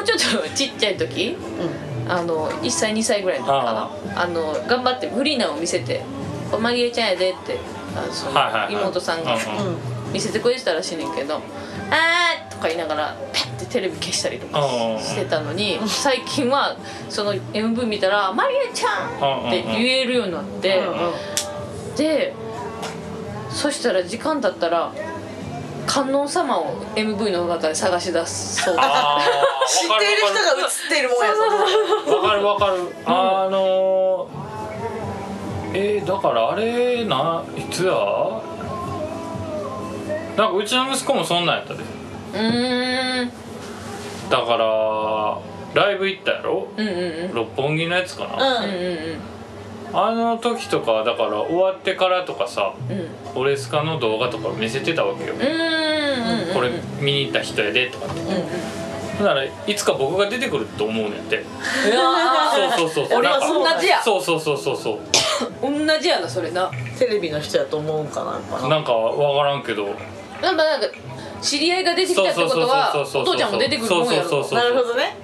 B: うちょっとちっちゃい時
A: う
B: あの1歳2歳ぐらいの時かなあの頑張ってフリーナを見せて「これマリエちゃんやで」ってあのそ
C: はいはいは
B: の
C: い
B: 妹さんが
C: うん
A: んうん
B: 見せてくれてたらしいねんけど「あー」とか言いながらペッてテレビ消したりとか
C: うん
B: してたのに最近はその MV 見たら「マリエちゃん!」って言えるようになって
A: うんうん
B: でそしたら時間経ったら観音様を MV の中で探し出すそうだ
C: あ
A: 知
C: ー
A: っ
C: わか
A: ている人が映っているもんやそんな
C: わかるわかるあのー、えー、だからあれないつやなんかうちの息子もそんなんやったで
B: うーん
C: だからライブ行ったやろ
B: うんうんうん
C: 六本木のやつかな、
B: うん
A: う
C: あの時とかだから終わってからとかさ
B: うんうんうん
C: オレスカの動画とか見せてたわけよ、
B: うんうんうん
C: これ見に行った人やでとかって
A: ん
C: ほんならいつか僕が出てくると思うねんって
B: うわ
C: そうそうそうそう
B: 俺は
C: なんか
B: 同じや
C: そうそうそうそうそう
B: ー同じやなそれな
A: テレビの人やと思うんかなやっぱな
C: なんかわからんけど
B: なんかなんか知り合いが出てきたってことは
C: そう
B: お
C: そうそ
B: 父
C: うそうそう
B: ちゃんも出てくるもんやろ
C: そうそうそう
A: なるほどね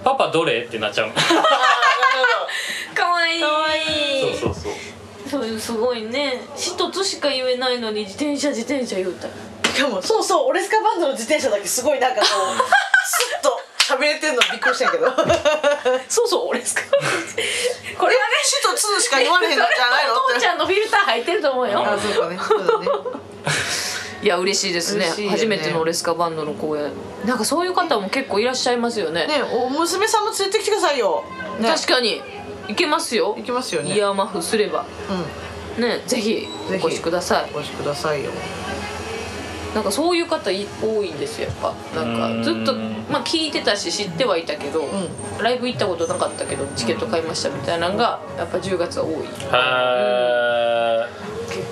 B: う
C: パパどれってなっちゃう
B: んかわいいかわい
C: そうそうそ
B: そ
C: う
B: ういうすごいね一つしか言えないのに自転車自転車言うた
A: しかもそうそうオレスカバンドの自転車だけすごい <laughs> なんかこうスッと喋れてんのびっくりしたんやけどこれはね
B: そうそう俺 <laughs> ですかこ
A: 主とツーしか言われ <laughs> へんのじゃないの
B: お
A: っ
B: 父ち
A: て
B: ゃんのフィルター入ってると思うよ
A: あそうかねそうだね
B: いや嬉しいですね
A: 嬉しいよね
B: 初めてのオレスカバンドの公演なんかそういう方も結構いらっしゃいますよ
A: <laughs>
B: ね
A: ねお娘さんも連れてきてくださいよ、ね、
B: 確かに行けますよ
A: 行きますよね
B: イヤーマフすれば
A: う
B: ねぜひお
A: ぜひ
B: 越しください
A: んお越しくださいよ
B: なんかそういう方い多いんですよやっぱなんかずっと
C: うん
B: まあ聞いてたし知ってはいたけど、
A: ん
B: ライブ行ったことなかったけどチケット買いましたみたいなのがやっぱ10月は多い結
C: へ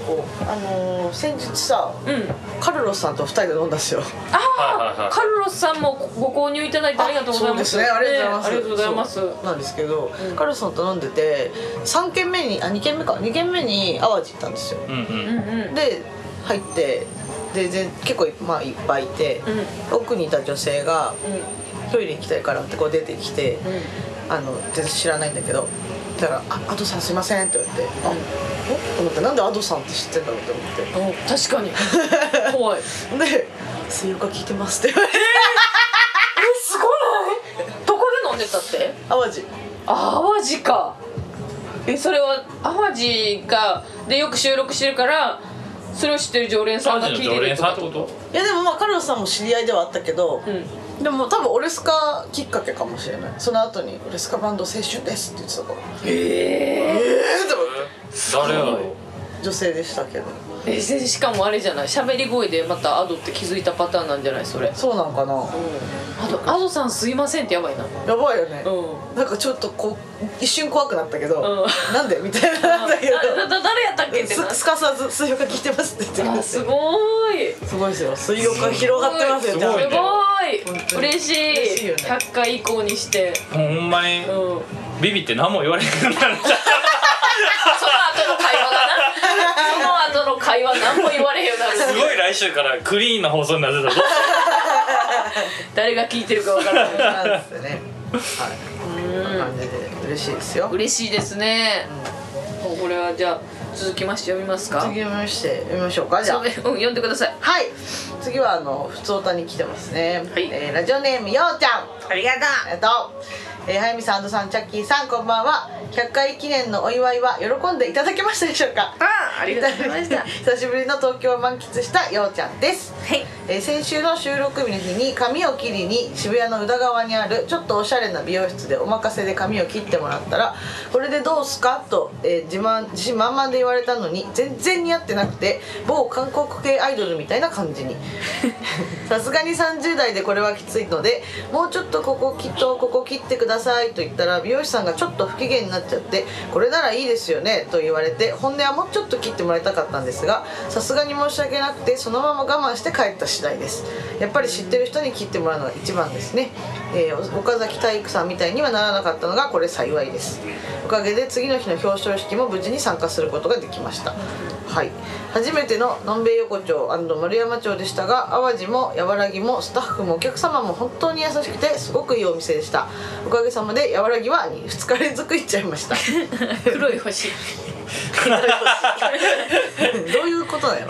B: 構
A: あのー、先日さ
B: うん
A: カルロスさんと二人で飲んだっすよ
B: あ
C: はいはいは
B: あ
C: い
B: カルロスさんもご購入いただいてありがとうございます
A: そうですねありが
B: ねあ
A: とう
B: りがとう
A: ご
B: ご
A: ざ
B: ざ
A: い
B: い
A: ま
B: ますす
A: そうなんですけど、
B: うん
A: カルロスさんと飲んでて3軒目にあ2軒目か2軒目に淡路行ったんですよ
C: うんうん
B: うんうん
A: で入ってで全結構い,、まあ、いっぱいいて、奥にいた女性がトイレ行きたいからってこう出てきて、
B: うんうん
A: あの全然知らないんだけどだから「あアドさんすいません」って言われて「あおと思ってなんでアドさんって知ってんだろうって思って
B: お確かに
A: <laughs>
B: 怖いえ
A: で「声優が聞いてます」って言われて
B: すごいどこで飲んでたって
A: 淡路
B: あ淡路かえそれは淡路がでよく収録してるからそれを知ってる常連さんが
C: 淡
B: 聞い
C: 路
B: て
C: の常
B: る
C: 連
B: と
C: さん
B: か
C: ってこと
A: いやでもまあカルロスさんも知り合いではあったけど、
B: うん
A: でも多分オレスカきっかけかもしれないその後に「オレスカバンド青春です」って言ってたからええー、と思って
C: 誰やろ
A: 女性でしたけど
B: えせしかもあれじゃない喋り声でまたアドって気づいたパターンなんじゃないそれ
A: そうなんかな
B: あとアドさんすいませんってやばいな
A: やばいよね、
B: うん
A: なんかちょっとこう一瞬怖くなったけど、
B: うん
A: なんでみたいななんだけど
B: あだだ誰やったっけってな
A: すすかさず水曜が聞いてますって言ってくれ
B: あ
A: て
B: すごーい
A: すごいですよ水曜が広がってますよ
B: す
A: ちゃん
B: ご
A: と
B: い
C: ね
A: 本
B: す
A: 当
B: ご
A: に
B: い嬉し
A: 嬉しい
B: い
A: よね
B: 100回以降にして
C: もうほんまに
B: うんその後の
C: ビビって何も言われへんくなった
B: 会話がなその後の会話何も言われへんようになる
C: <laughs> すごい来週からクリーンな放送になってたどう
B: 誰が聞いてるかわからない
A: なんですねはいこんな感じで嬉しいですよ
B: 嬉しいですねもうこれはじゃあ続きまして読みますか
A: 次まして読みましょうかじゃ
B: そ
A: あ
B: ううん読んでください
A: はい次はあの普通歌に来てますね、
B: はい
A: えーラジオネームようちゃんありがとうありがとう、えー、早見さんとさんチャッキーさんこんばんは100回記念のお祝いは喜んでいただけましたでしょうか
B: あ
A: <laughs>
B: あ
A: 久しぶりの東京を満喫したようちゃんです
B: はい
A: えー先週の収録日の日に髪を切りに渋谷の宇田川にあるちょっとおしゃれな美容室でお任せで髪を切ってもらったら「これでどうすか?」と、えー自慢自信満々で言われたのに全然似合ってなくて某韓国系アイドルみたいな感
B: <laughs>
A: じにさすがに30代でこれはきついので「もうちょっとここ切っとここ切ってください」と言ったら美容師さんがちょっと不機嫌になっちゃって「これならいいですよね」と言われて本音はもうちょっと切ってもらいたかったんですがさすがに申し訳なくてそのまま我慢して帰った次第ですやっぱり知ってる人に切ってもらうのが一番ですね、えー岡崎体育さんみたいにはならなかったのがこれ幸いですおかげで次の日の表彰式も無事に参加することができましたはい初めてののんべい横丁丸山町でしたが淡路も和らぎもスタッフもお客様も本当に優しくてすごくいいお店でしたおかげさまで和らぎは2日連続行っちゃいました
B: 黒い星
A: <laughs> どういうことだよ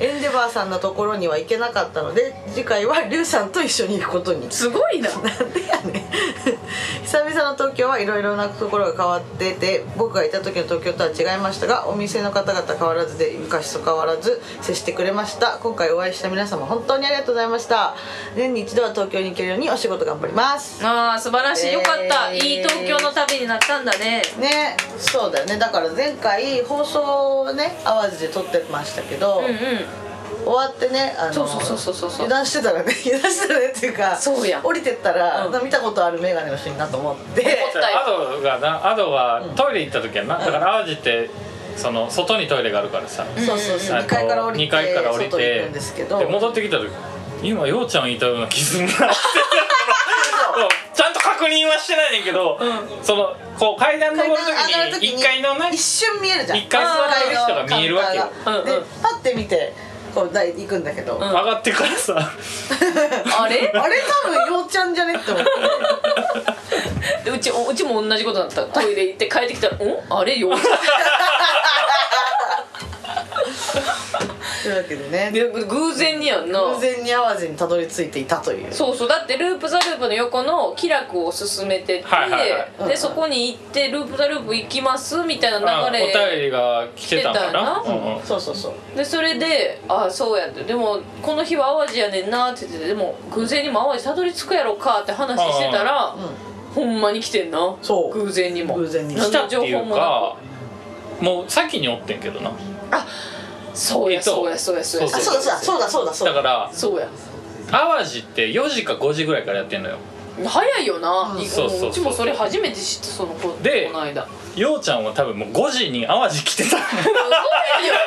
A: エンデバーさんのところには行けなかったので次回はリュウさんと一緒に行くことに
B: すごいな
A: なんでやねん久々の東京はいろいろなところが変わってて僕がいた時の東京とは違いましたがお店の方々変わらずで昔と変わらず接してくれました今回お会いした皆様本当にありがとうございました年に一度は東京に行けるようにお仕事頑張ります
B: あー素晴らしいよかった、
A: えー
B: いい東京の旅になったんだね
A: ねそうだよねだから前回放送をね淡路で撮ってましたけど、
B: うんうん
A: 終わってねあの
B: そうそうそうそうそう
A: 油断してたらね <laughs> 油断してたらねっていうか
B: そうや
A: 降りてったら、
B: うん
A: なんか見たことある眼鏡の人になと思って
B: <laughs>
C: アドがなアドはトイレ行った時やなだから淡路ってその外にトイレがあるからさ
A: そうそうそう
C: あ
A: 2階から降
C: の
A: りて
C: 二階から降りて
A: 外に行くんですけど
C: で戻ってきた時今ようちゃんいたような傷になってちゃんと確認はしてないねんけど、そのこう階段登
A: 階
C: る
A: 段上がる
C: 時
A: 時
C: に
A: に
C: 1階のね
A: 一瞬見えるじゃん
C: 一階座ってる人が見えるわけよ
A: カウンターが
B: うんうん
A: でパッて見てこう台行くんだけど、
C: 上がってからさ
B: あれ
A: あれ多分ようちゃんじゃねって思って
B: でうちうちも同じことだったトイレ行って帰ってきたら「んあれよ」
A: <laughs> というわけでね
B: で偶然にやんな
A: 偶然に淡路にたどり着いていたという
B: そうそうだってループ・ザ・ループの横の気楽を進めてて、
C: はいはいはい
A: うんう
B: で
A: ん
B: そこに行ってループ・ザ・ループ行きますみたい
C: あ
B: な
C: お
B: 流れ
C: 便りが来てたんかな
B: 来てた
C: うんうん
A: そうそうそう
B: でそれで「ああそうや」って「でもこの日は淡路やねんな」って言っててでも偶然にも淡路たどり着くやろかって話してたら、ほんまに来てんな
A: そう
B: 偶然にも
A: 偶然に
B: 何
C: 来たっ
B: の
C: て
B: 情
C: い
B: 報
C: う
B: もな
C: かもう先におってんけどな
B: くそうやそうやそうやそうや
A: あそうだそうだそうだそう
C: だ
A: だ
C: か
A: そうだ
B: そ
C: ら
B: うや
C: 淡路って4時か5時ぐらいからやってんのよ
B: 早いよな、
A: うん
B: いい
C: そうそうそう
B: うちもそれ初めて知ってその子
C: で
B: この間
C: ようちゃんは多分もう5時に淡路来
B: <laughs>
C: てた
B: すごいよ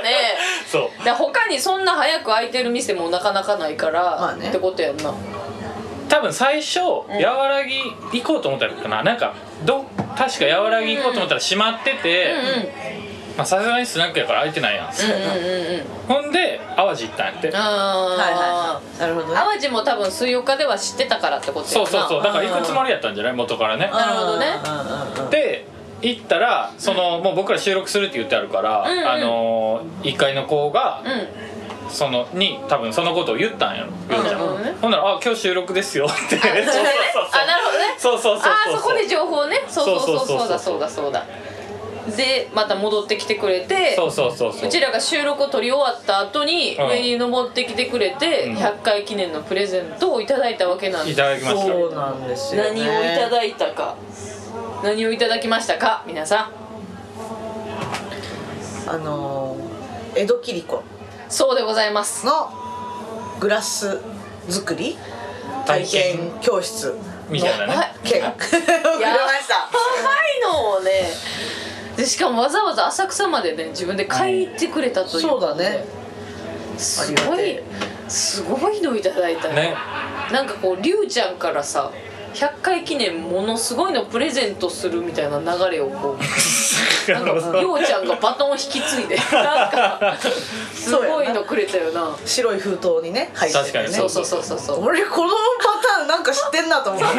B: ね
C: そう
B: で他にそんな早く開いてる店もなかなかないから、
A: まあね
B: ってことやんな
C: 多分最初和らぎ行こうと思ったのかな、なんかど確か和らぎ行こうと思ったら閉まってて
B: うん
C: まあさすがにスナックやから開いてないやん、
B: うんうんうんうん
C: ほんで淡路行ったんやって
B: あー、
A: はいはいはいなるほどね
B: 淡路も多分水曜日では知ってたからってことやん
C: そう
B: な
C: そうそうだから行くつもりやったんじゃない元からね
B: なるほどね
A: うんうんうん
C: で行ったらその、もう僕ら収録するって言ってあるから、
B: うんうん
C: あの1階の子が
B: うんうん
C: そのに多分そのことを言ったんやろゆうちゃん、
B: うんうんうん
C: ほんなら「あ今日収録ですよ」って <laughs> そうそう
B: あなるほどね
C: そうそうそうそう
B: あーそこで情報ねそうそうそうそうだ
C: そ
B: そうう
C: そうそうそう
B: だそうだでまた戻ってきてくれて
C: そうそうそうそう
B: うちらが収録を撮り終わった後に
C: うん
B: 上に登ってきてくれて、
C: うん
B: 100回記念のプレゼントをいただいたわけなんで
C: い
B: す
C: ただきました
A: そうなんですよ、ね、
B: 何をいただいたか何をいただきましたか皆さん
A: あのー江戸切子
B: そうでございます
A: のグラス作り体験教室
C: みたいなね、
B: はい
A: 券 <laughs> 送りました
B: 高いのをねでしかもわざわざ浅草までね自分で買いに行ってくれたという
A: そうだね
B: す
A: あ
B: ご
A: り
B: い
A: が
B: すごいのいただいたね
C: ね
B: なんかこうりゅうちゃんからさ100回記念ものすごいのプレゼントするみたいな流れをこうなん <laughs> かりょうちゃんがバトンを引き継いでなんかすごいのくれたよな
A: 白い封筒にね入っててね
C: 確かに
B: そうそうそうそうそう
A: 俺このパターンなんか知ってんなと思って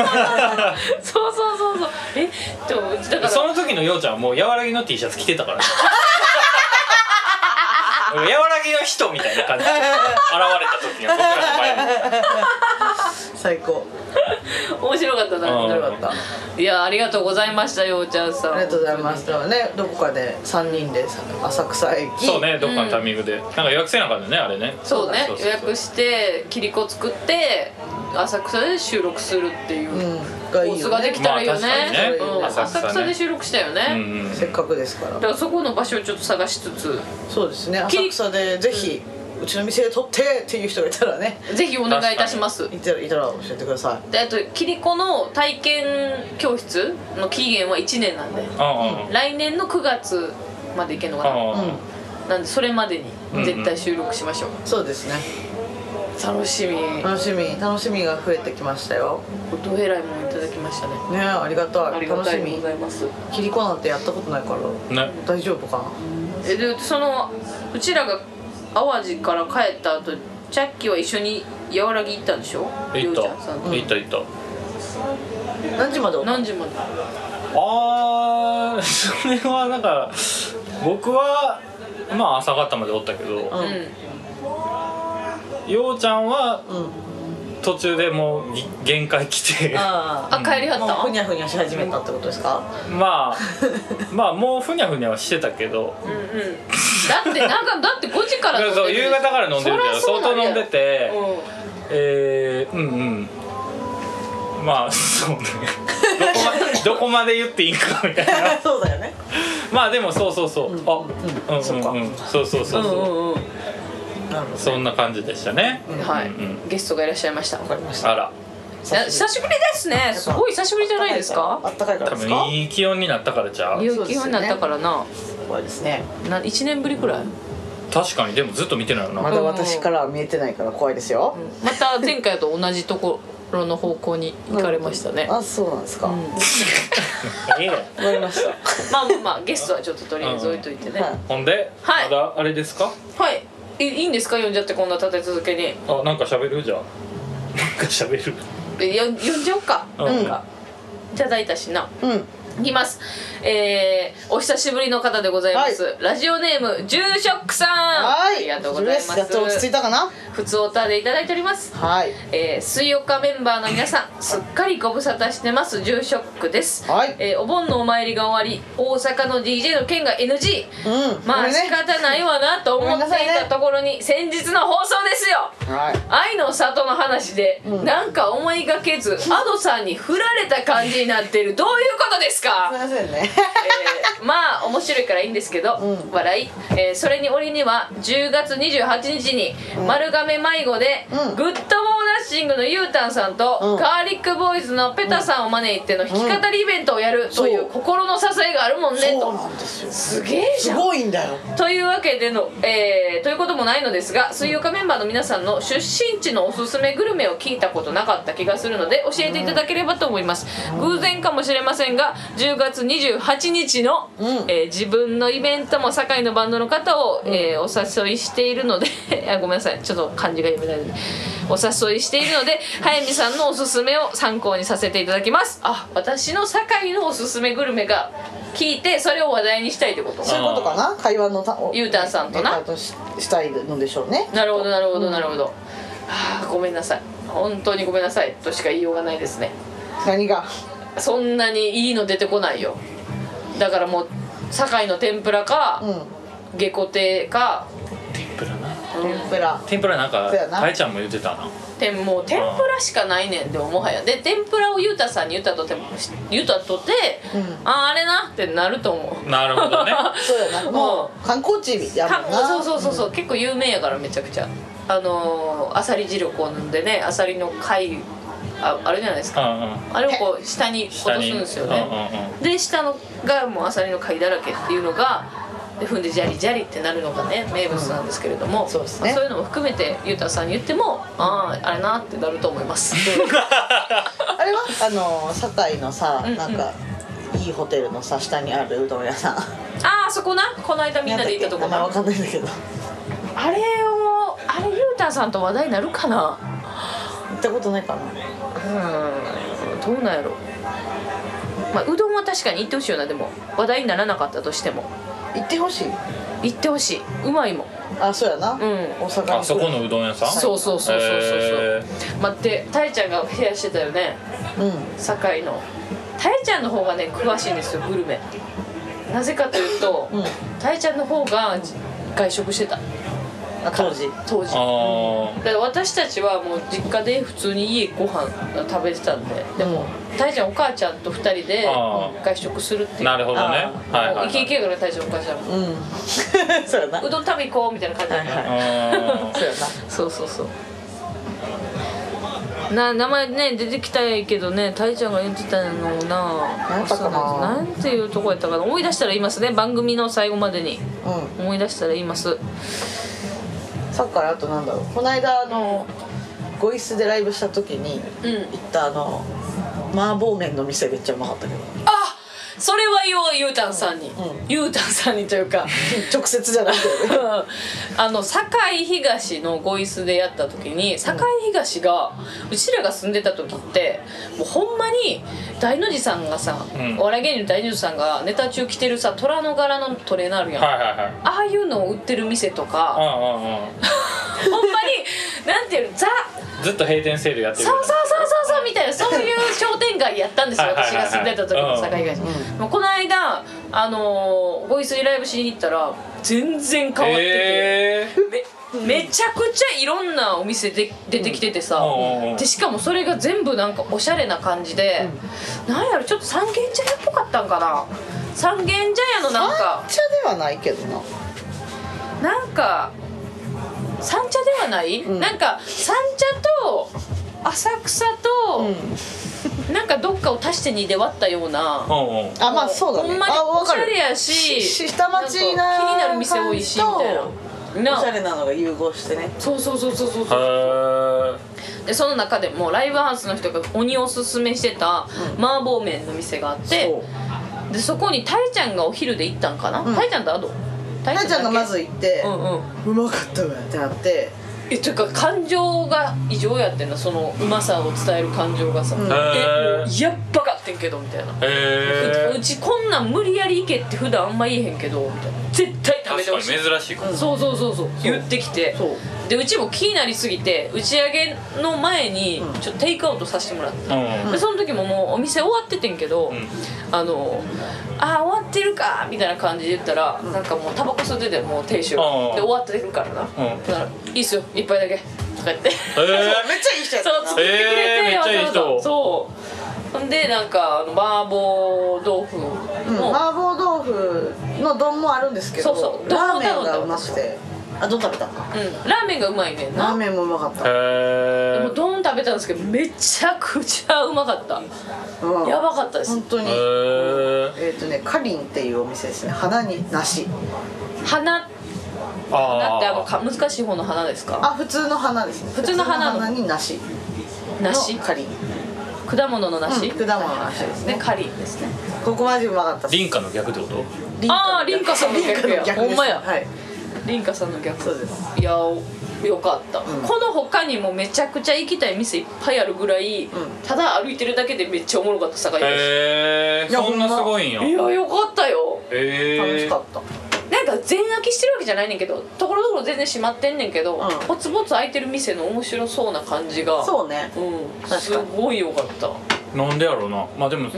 B: そうそうそうそうえでもだから
C: その時のようちゃんはもう柔らぎの T シャツ着てた
B: <laughs>
C: からね柔らぎの人みたいな感じで現れた時が僕らの前に
A: <laughs> 最高
B: 面白かった
C: うん
B: な
A: よかった
B: いやありがとうございましたようちゃんさん
A: ありがとうございますだからねどこかで3人で浅草駅
C: そうねどっかのタイミングで、なんか予約せなあかんのねあれね
B: そうね
C: そうそうそう
B: 予約して切り子作って浅草で収録するっていう、
A: うん
B: コ
A: がい
B: ー
A: い
B: ス
A: よ
B: がで
A: ね
B: きたらいいよね,、
C: まあ確かにね
B: うん、
C: 浅
B: 浅
C: 草ね
B: 草で収録したよね、
C: うんうん
A: せっかくですから
B: だからそこの場所をちょっと探しつつ
A: そうですね
B: き
A: 浅草でぜひうちの店で撮ってっていう人がいたらね
B: ぜひお願いいたします
A: いたらいたら教えてください
B: であとキリコの体験教室の期限は1年なんで
C: うんうん
B: 来年の9月まで行けんのかな
C: うんうん
B: なんでそれまで
C: うんう
B: に
C: ん
B: 絶対収録しましょう、
A: そうですね
B: 楽しみ
A: 楽しみ楽しみが増えてきましたよ
B: どえらいものいただきましたね
A: ねありがた
B: あ
A: い
B: りが
A: 楽
B: た
A: し
B: いで
A: み
B: ございます
A: キリコなんてやったことないから
C: ね
A: 大丈夫かな
B: えでそのうちらが淡路から帰った後チャッキーは一緒に柔らぎ行ったんでしょり
C: 行
B: ょ
C: っ
B: うちゃんさんと
C: た行った行った
A: 何時まで
B: 何時まで
C: あーそれはなんか僕はまあ朝方までおったけ
A: う
C: ど、
A: ん
B: う
C: ようちゃんは
A: うん
C: 途中でもうぎ限界来て
A: あ
B: ん、あ帰りは
A: あ
B: っ
A: も
B: た
A: うふにゃふにゃし始めたってことですか
C: <laughs> まあまあもうふにゃふにゃはしてたけど
B: うんうん、だってなんかだって5時から飲んでる
C: そう夕方から飲んでるけ
B: そ
C: ど
B: ら
C: 相
B: そうなん
C: 当
B: や
C: 飲んでて、
B: う
C: えー、うんうんまあそうねどこ <laughs> まどこまで言っていいんかみたいな
A: そうだよね
C: まあでもそうそうそう、あうんうんうん
A: そっか
C: そうそうそうそう、
B: んうんうんうん
A: なるほど
C: そんな感じでしたね、
B: はい、
C: うん
B: ゲストがいらっしゃいました
A: わかりました
C: あら
B: な久しぶりですねすごい久しぶりじゃないです
A: あ
B: か
A: ったかいから
C: 多
A: です
C: 分
A: か
C: いい気温になったからじゃう
A: そうです
B: 雪
A: よね
B: になったからな
A: 怖いですね
B: な1年ぶりくらい
C: 確かにでもずっと見てないよな、
A: まだ私からは見えてないから怖いですよ
B: また前回と同じところの方向に行かれましたね
A: あそうなんですか
B: うん
A: わ
C: いいね
A: かりました
B: まあまあまあゲストはちょっととりあえず置いといてね
A: はい
C: ほんで、
B: はい
C: まだあれですか
B: はいいいいんですか呼んじゃってこんな立て続けに
C: あなんか喋るじゃんなんか喋る
B: えよ呼んじゃおうか
C: うん
B: なんかいただいたしな
A: うん
B: いきます。えー、お久しぶりの方でございます。
A: は
B: ラジオネーム住職さん。
A: はい
B: ありがとうございます。
A: やっと落ち着いたかな
B: 普通オタでいただいております。
A: はい
B: えー、水曜日メンバーの皆さん、すっかりご無沙汰してます。住職です。
A: はい
B: えー、お盆のお参りが終わり、大阪の DJ の件が NG。
A: うん
B: ま
A: こ
B: あ
A: れね
B: 仕方ないわなと思って
A: ごめ
B: い
A: んなさい
B: た
A: ね
B: ところ
A: <laughs>
B: に先日の放送ですよ
A: はい
B: 愛の里の話で、なんか思いがけずアドさんに振られた感じになってるどういうことですか
A: すいません
B: <laughs>
A: ね
B: えーまあ面白いからいいんですけど、
A: うん
B: 笑い、えーそれに俺には10月28日に丸亀迷子で、
A: うん
B: グッドモーナッシングのゆうたんさんと、
A: うん
B: ガーリックボーイズのペタさんを招いての弾き語りイベントをやるという
A: そう
B: 心の支えがあるもんね
A: そう
B: と
A: なんですよ
B: すげえじ
A: す
B: ゃん
A: ごいんだよ
B: というわけでの、えーということもないのですが水曜日メンバーの皆さんの出身地のおすすめグルメを聞いたことなかった気がするので教えていただければと思います、偶然かもしれませんが10月28日の、
A: うん
B: えー自分のイベントも堺のバンドの方を、えーお誘いしているので <laughs> あごめんなさいちょっと漢字が読めないのでお誘いしているので早見さんのおすすめを参考にさせていただきますあ私の堺のおすすめグルメが聞いてそれを話題にしたいってこと
A: そういうことかな会話のたお
B: ゆうたんさんとな
A: ネタとししたいのでしょうね
B: なるほどなるほどなるほど、はあごめんなさい本当にごめんなさいとしか言いようがないですね
A: 何が
B: そんなにいいの出てこないよだからもう堺の天ぷらか、
A: う
B: 下戸亭か、
C: 天ぷらな
A: うん天ぷら
C: 天ぷらなんか
A: そうやな
C: かえちゃんも言ってたな
B: 天もう天ぷらしかないねんでももはやで天ぷらをゆうたさんに言ったとて言うたとて、
A: うん
B: あああれなってなると思う
C: なる
B: <laughs>
C: ほどね
A: そうやなもう観光地や
B: か
A: もんな
B: そうそうそうそう、結構有名やからめちゃくちゃあのー、あさり汁をこう飲んでねあさりの貝ああれじゃないです
C: う
B: か、
C: んうん
B: あれをこう下に落
C: 下
B: と
C: に
B: すんですよ
C: うん
B: ね、で下のがもうアサリの貝だらけっていうのがで踏んでジャリジャリってなるのがね名物なんですけれども、
A: そうですね
B: まあそういうのも含めてゆうたさんに言ってもあああれなってなると思います <laughs>
A: あれはあの堺のさ
B: うんうん
A: なんかいいホテルのさ下にあるうどん屋さん
B: ああそこなこの間 <laughs> みんなで行ったとこ
A: 名前
B: な
A: わかんないんだけど行
B: あれをあれゆうたさんと話題になるかな
A: ったことないかな
B: うんどうなんやろまあうどんは確かに行ってほしいよなでも話題にならなかったとしても
A: 行ってほしい
B: 行ってほしいうまいもん
A: あそうやな、
B: ん
A: 大阪に来る
C: あそこのうどん屋さん
B: そうそうそうそうそうそう、
C: へ
B: 待ってたえちゃんがシェアしてたよね
A: うん
B: 堺のたえちゃんの方がね詳しいんですよグルメなぜかというと
A: うん
B: たえちゃんの方がじ外食してた
A: あ当時
B: 当時だ
C: あ
B: から私たちはもう実家で普通に家ご飯食べてたんで
A: でも
B: たえちゃんお母ちゃんと2人で
C: あー
B: 外食するっていう
C: あなるほどね
A: あー
C: はいはい
B: もうイケイケやからたえちゃんお母ちゃんも
A: うん <laughs> そうやな
B: うどん食べ行こうみたいな感じだった
A: はいはい
C: あ
A: そうやな
B: そうそうそうな名前ね出てきたいけどねたいちゃんが言ってたのをな
A: 何やったかな
B: なんていうとこやったかな思い出したら言いますね番組の最後までに
A: う
B: 思い出したら言います
A: んさっきからあとなんだろうこの間あのゴイスでライブした時に
B: うん
A: 行ったあの麻婆麺の店めっちゃうまかったけど
B: あそれは言おうゆうたんさんに、
A: ん
B: ゆうたんさんにというか
A: 直接じゃなくて
B: あの堺東のゴイスでやった時に堺東がうちらが住んでた時ってもうほんまに大の字さんがさ、
C: うん
B: お笑い芸人の大の字さんがネタ中着てるさ虎の柄のトレーナーあるや
C: ー
B: ん、
C: はいはいはい
B: ああいうのを売ってる店とか、
C: うんうんうん
B: ほんまになんていうのザ
C: ずっと閉店セールやってる
B: サウサウサウサウサウみたいなそういう商店街やったんですよ
C: はいはい
B: 私
C: はいはい
B: が住んでた時の境街、
A: う
B: もうこの間あのーゴイスリライブしに行ったら全然変わってて、
C: えー
B: めめちゃくちゃいろんなお店で出てきててさ、
C: うんうんうん
B: でしかもそれが全部なんかおしゃれな感じで、なんやろちょっと三軒茶屋っぽかったんかな三軒茶屋のなんか
A: 抹茶ではないけどな
B: なんか三茶ではない、
A: ん
B: なんか三茶と浅草と、なんかどっかを足して2で割ったような、
C: うんうん
A: あまあそうだね
B: ほんまに
A: あ
B: お
A: わ
B: し
A: かる
B: ゃれやし
A: し下町
B: んか気になる
A: な
B: 店多いしみたいな
A: 感
B: な
A: おしゃれなのが融合してね
B: そうそうそうそうそう
C: へ
B: そう
C: ー
B: でその中でもライブハウスの人が鬼おすすめしてた麻婆麺の店があって、でそこにたえちゃんがお昼で行ったんかな、
A: ん
B: たえちゃんとあとた
A: なちゃんがまず
B: 行
A: 行って
B: うんうん
A: うまかったわってなって
B: えというか感情が異常やってんなそのうまさを伝える感情がさ、
A: ん
B: え
C: へー
B: もうやっばかってんけどみたいな、
C: へ
B: う
C: ー
B: ちこんなん無理やり行けって普段あんま言えへんけどみたいな絶対食べて
C: 確か
B: ほ
C: に
B: しい
C: 珍しいかも
B: そうそうそうそう言ってきて
A: そう
B: でうちも気になりすぎて打ち上げの前に
A: うん
B: ちょっとテイクアウトさせてもらって、
C: うん
B: でその時ももうお店終わっててんけど、
C: ん
B: あの「あー終わってるか」みたいな感じで言ったら、なんかもうタバコ吸っててもう亭主
C: あー
B: で終わってるからな、
C: うん
B: だから「いいっすよ一杯だけ」とか言って
C: えー
A: めっちゃいい人やった
B: そう
A: な
B: 作ってくれて、
C: えーめっちゃいい人
B: わざわざそうほんでなんかあの麻婆豆腐
A: うん
B: も、
A: 麻婆豆腐の丼もあるんですけど
B: そうそう
A: ラー
B: 丼も
A: メ
B: 頼
A: ン
B: んだ
A: がうまくてあ丼食べた
B: うん、ラーメンがうまいねん
A: ラー
B: な
A: メンもうまかっ
C: へ
A: た
B: で
C: ー
B: も丼食べたんですけどめちゃくちゃうまかった
A: うん
B: やばかったです
A: 本当に
C: へー
A: えっとねかりんっていうお店ですね花に梨
B: 花って
C: あ
B: あの
C: ー
B: か難しい方の花ですか
A: あ普通の花ですね
B: 普通の花の
A: 普に梨
B: 梨
A: のかりん
B: 果物の梨、
A: うん果物の梨ですね
B: ねカリーですね
A: ここまでうまかったです
C: 林家の逆ってこと
A: リンカ
B: あーリンカさんの逆
A: リンカ
B: や
A: のです
B: ほんまや
A: はい
B: リンカさんの逆
A: そうです
B: いやおよかった、
A: ん
B: この他にもめちゃくちゃ行きたい店いっぱいあるぐらい、
A: ん
B: ただ歩いてるだけでめっちゃおもろかった堺市
C: へえ
A: いや
C: そんなすごいんや
B: いやよかったよ
C: へ
A: 楽
C: え
A: しかった
B: なんか全開きしてるわけじゃないねんけどところどころ全然閉まってんねんけど、
A: うん
B: ポツポツ開いてる店の面白そうな感じが
A: そうね
B: う、ん、
A: かに
B: すごいよかった
C: なんでやろうなまあでも
B: う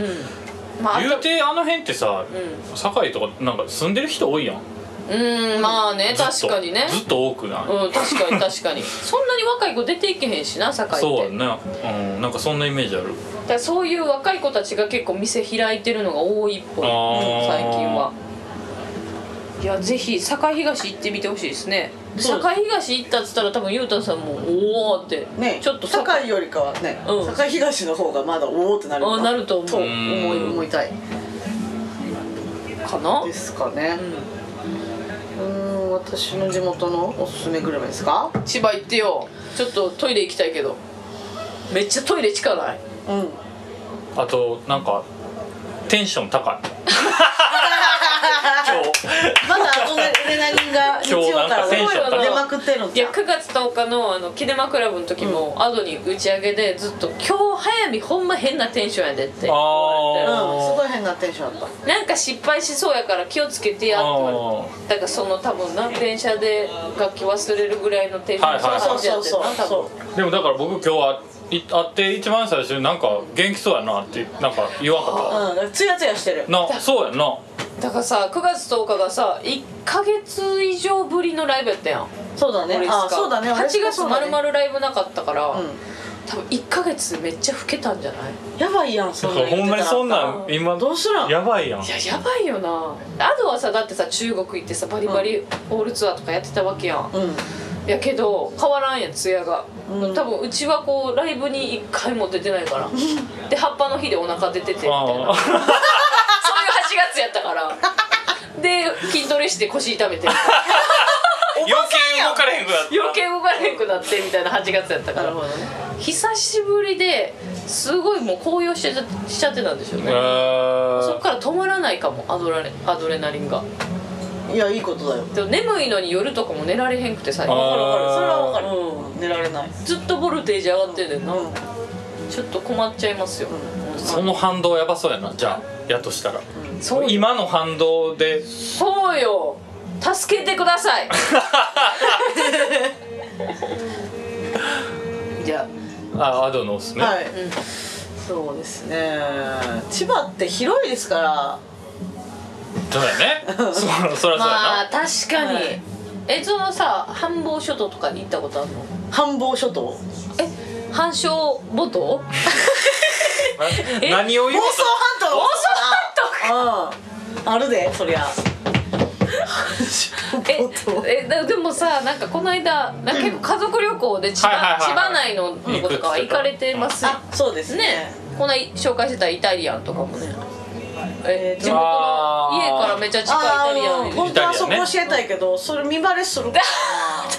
B: んまあ
C: 言うてあの辺ってさ、
B: う
C: 堺とかなんか住んでる人多いやん
B: うんまあね
C: ずっと
B: 確かにね
C: ずっと多くない、
B: うん確かに確かにそんなに若い子出ていけへんしな堺って
C: そうやねうんなんかそんなイメージある
B: だからそういう若い子たちが結構店開いてるのが多いっぽい
C: あー
B: 最近はいやぜひ堺東行ってみてほしいですね
A: そう
B: 堺東行ったっつったら多分ゆうたさんもおおって、
A: ね
B: ちょっと堺
A: 堺よりかはね
B: うん
A: 堺東の方がまだおおってなるか
B: あなると思う
A: と思い
C: うん
A: 思いたい
B: かな
A: ですかね
B: うん
A: うーん私の地元のおすすめグルメですか
B: 千葉行ってよちょっとトイレ行きたいけどめっちゃトイレ近ない
A: うん
C: あとなんかテンション高い今
A: まだアドレナリンが日曜から
C: 今
B: かテ
C: 日なん
B: ンション高い
A: 出まくってるの
B: いや9月10日のあのキネマクラブの時も、アドに打ち上げでずっと「今日早見ほんま変なテンションやで」って言われて
A: う
C: あ
A: ん
C: ー
A: すごい変なテンションだっ
B: なんか失敗しそうやから気をつけてやって言われ
C: あ
B: てだからその多分な電車で楽器忘れるぐらいのテンション
C: はいはいはい
A: た
B: そ
A: そうう
B: そ
A: そうう
B: そう
A: そう
B: 多
A: そ
B: 分
C: でもだから僕今日はい会って一番最初になんか元気そうやなってなんか言わんかっ
A: ううんツヤツヤしてる
C: たなそうやんな
B: だからさ9月10日がさ1ヶ月以上ぶりのライブやったやん
A: そうだね
B: 俺
A: あそうだね
B: 8
A: 俺しか
B: 月
A: そうだ
B: ま
A: ね
B: るまるライブなかったから、
A: う
B: 多分1ヶ月めっちゃ老けたんじゃない
A: んやばいやんそ
C: だ
A: ん
C: か
A: なん
C: ら
A: 言っ
C: ほん
A: てた
C: ま
A: ら
C: にそんなん今
A: どうすらん
C: やばいやん
B: いややばいよなアドはさだってさ中国行ってさバリバリオールツアーとかやってたわけやん、
A: うん
B: やけど変わらんやんツヤが、
A: うん
B: 多分うちはこうライブに1回も出てないから
A: <laughs>
B: で葉っぱの日でお腹出ててみたいなそういう8
C: <laughs> あー
B: 月やったからで筋トレして腰
A: <laughs>
B: 痛めて
C: 余計動かれへんくなった
B: 余計動かれなくなってみたいな8月やったか
A: なるほ
B: ら
A: どね
B: 久しぶりですごいもう高揚してたしちゃってたんでしょう
C: え
B: ね、そっ
C: ー
B: から止まらないかもアドラレアドレナリンが
A: いやいいことだよ
B: でも眠いのに夜とかも寝られへんくて最
C: あー
B: 近
A: わかるわかるそれはわかるうん寝られない
B: ずっとボルテージ上がってんねんな、
A: うん
B: ちょっと困っちゃいますよ、
C: その反動やばそうやなじゃあやっとしたら
B: そうよ
C: 今の反動で
B: そうよ助けてください
C: <laughs>
A: じゃ
C: あアドのおす
A: あ
C: すめ
A: はいそうですね千葉って広いですから
C: そうだよねそそらそうや
B: まあ
C: な
B: 確かに、
A: はい
B: えそのさ繁忙諸島とかに行ったことあるの
A: 繁忙諸島
B: え繁昌母島え
C: な何を言
A: 房
C: う
A: 総半島房総半島うんあるでそりゃ
B: <laughs> ええだでもさなんかこの間なんか結構家族旅行で千
C: はいはい
B: 葉
C: はい
B: 千葉内のとことかは行かれてますよ
A: あそうです
B: ね
A: ね
B: こんな紹介してたイタリアンとかもねえ
A: えーと
B: 地元の家からめっちゃ近いイ
A: あ
B: タリアン
A: あ
B: いる
A: 本当はそこ教えたいけどそれ見バレするから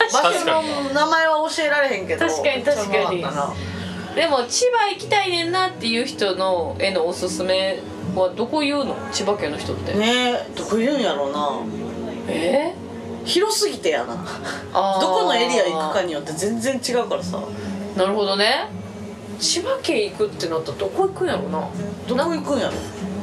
C: か
A: 場
C: に
A: 所の名前は教えられへんけど
B: 確かに確
A: そ
B: かに
A: れもあったな
B: でも千葉行きたいねんなっていう人の絵のおすすめはどこ言うの千葉県の人って
A: ねえどこ言うんやろうな
B: え
A: 広すぎてやな
B: あー
A: どこのエリア行くかによって全然違うからさ
B: なるほどね千葉県行くってなったらどこ行くんやろな
A: どこ行くんやろ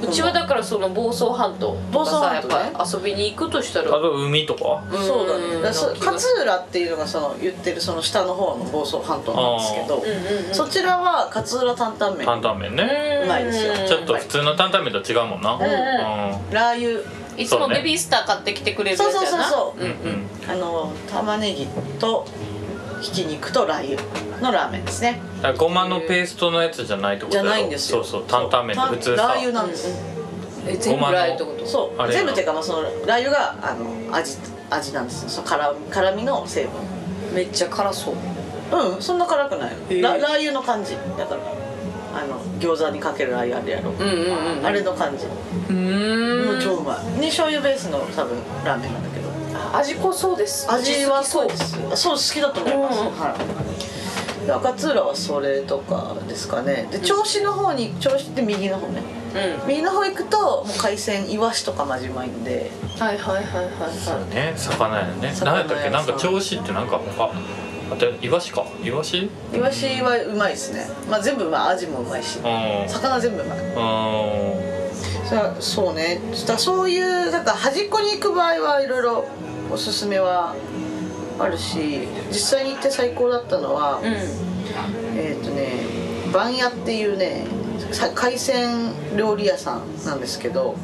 B: うちはだからその房総半島
A: 房総半島ね
B: やっぱ遊びに行くとしたら
C: あと海とか
B: ん
A: そうだねだからそ
B: なんか
A: 勝浦っていうのがその言ってるその下の方の房総半島なんですけど、
B: うんうんうん
A: そちらは勝浦担々麺
C: 担々麺ね
B: う
A: うまいですよ
B: ん
C: ちょっと普通の担々麺と違うもんなうん
A: ラー油
B: いつも
C: そうね
B: ベビースター買ってきてくれるや
A: そ
B: つや
A: うそうそう
B: な
A: そう、
C: うんうん
A: あの玉ねぎとひき肉とラー油のラーメンですね
C: だからごまのペーストのやつじゃないってこと
A: じ
C: だ
A: ゃ
C: ろ
A: ないんですよ
C: そうそう担々麺って普
A: ラ
C: 通
A: ー
C: さ
A: 油なんです、
B: え全部
C: ごまの
B: ラー油ってこと
A: そう
C: あれや
A: 全部っていうかまあそのラー油があの味味なんですよその辛辛みの成分
B: めっちゃ辛そう
A: うんそんな辛くない、
B: ー
A: ララー油の感じだからあの餃子にかけるラー油あるやろ、
B: うんうんうん
A: あれの感じ、も
B: う
A: う超
B: ーん
A: うまいに醤油ベースの多分ラーメンなんだけど
B: 味濃そうです
A: 味はそうで
B: 味好き
A: すそう好きだと思います、
B: うんうん
A: はいで赤浦はそれとかですかねで銚子の方に銚子って右の方ね
B: そううん
A: 右の方行くともう海鮮イワシとかまじまいんで
B: はいはいはいはい
C: そう
B: は
C: ね魚やね
A: 魚屋
C: 何やったっ
A: さ
C: け
A: ん
C: なんか銚子ってなんかああとイワシかイワシ
A: イワシはうまいですね、まあ、全部まあアジもうまいし
C: うんうん
A: 魚全部うまいそれはそうねだからそういうなんか端っこに行く場合はいろいろおすすめはあるし実際に行って最高だったのは、
B: いうん
A: えっ、とね番屋っていうねさ海鮮料理屋さんなんですけど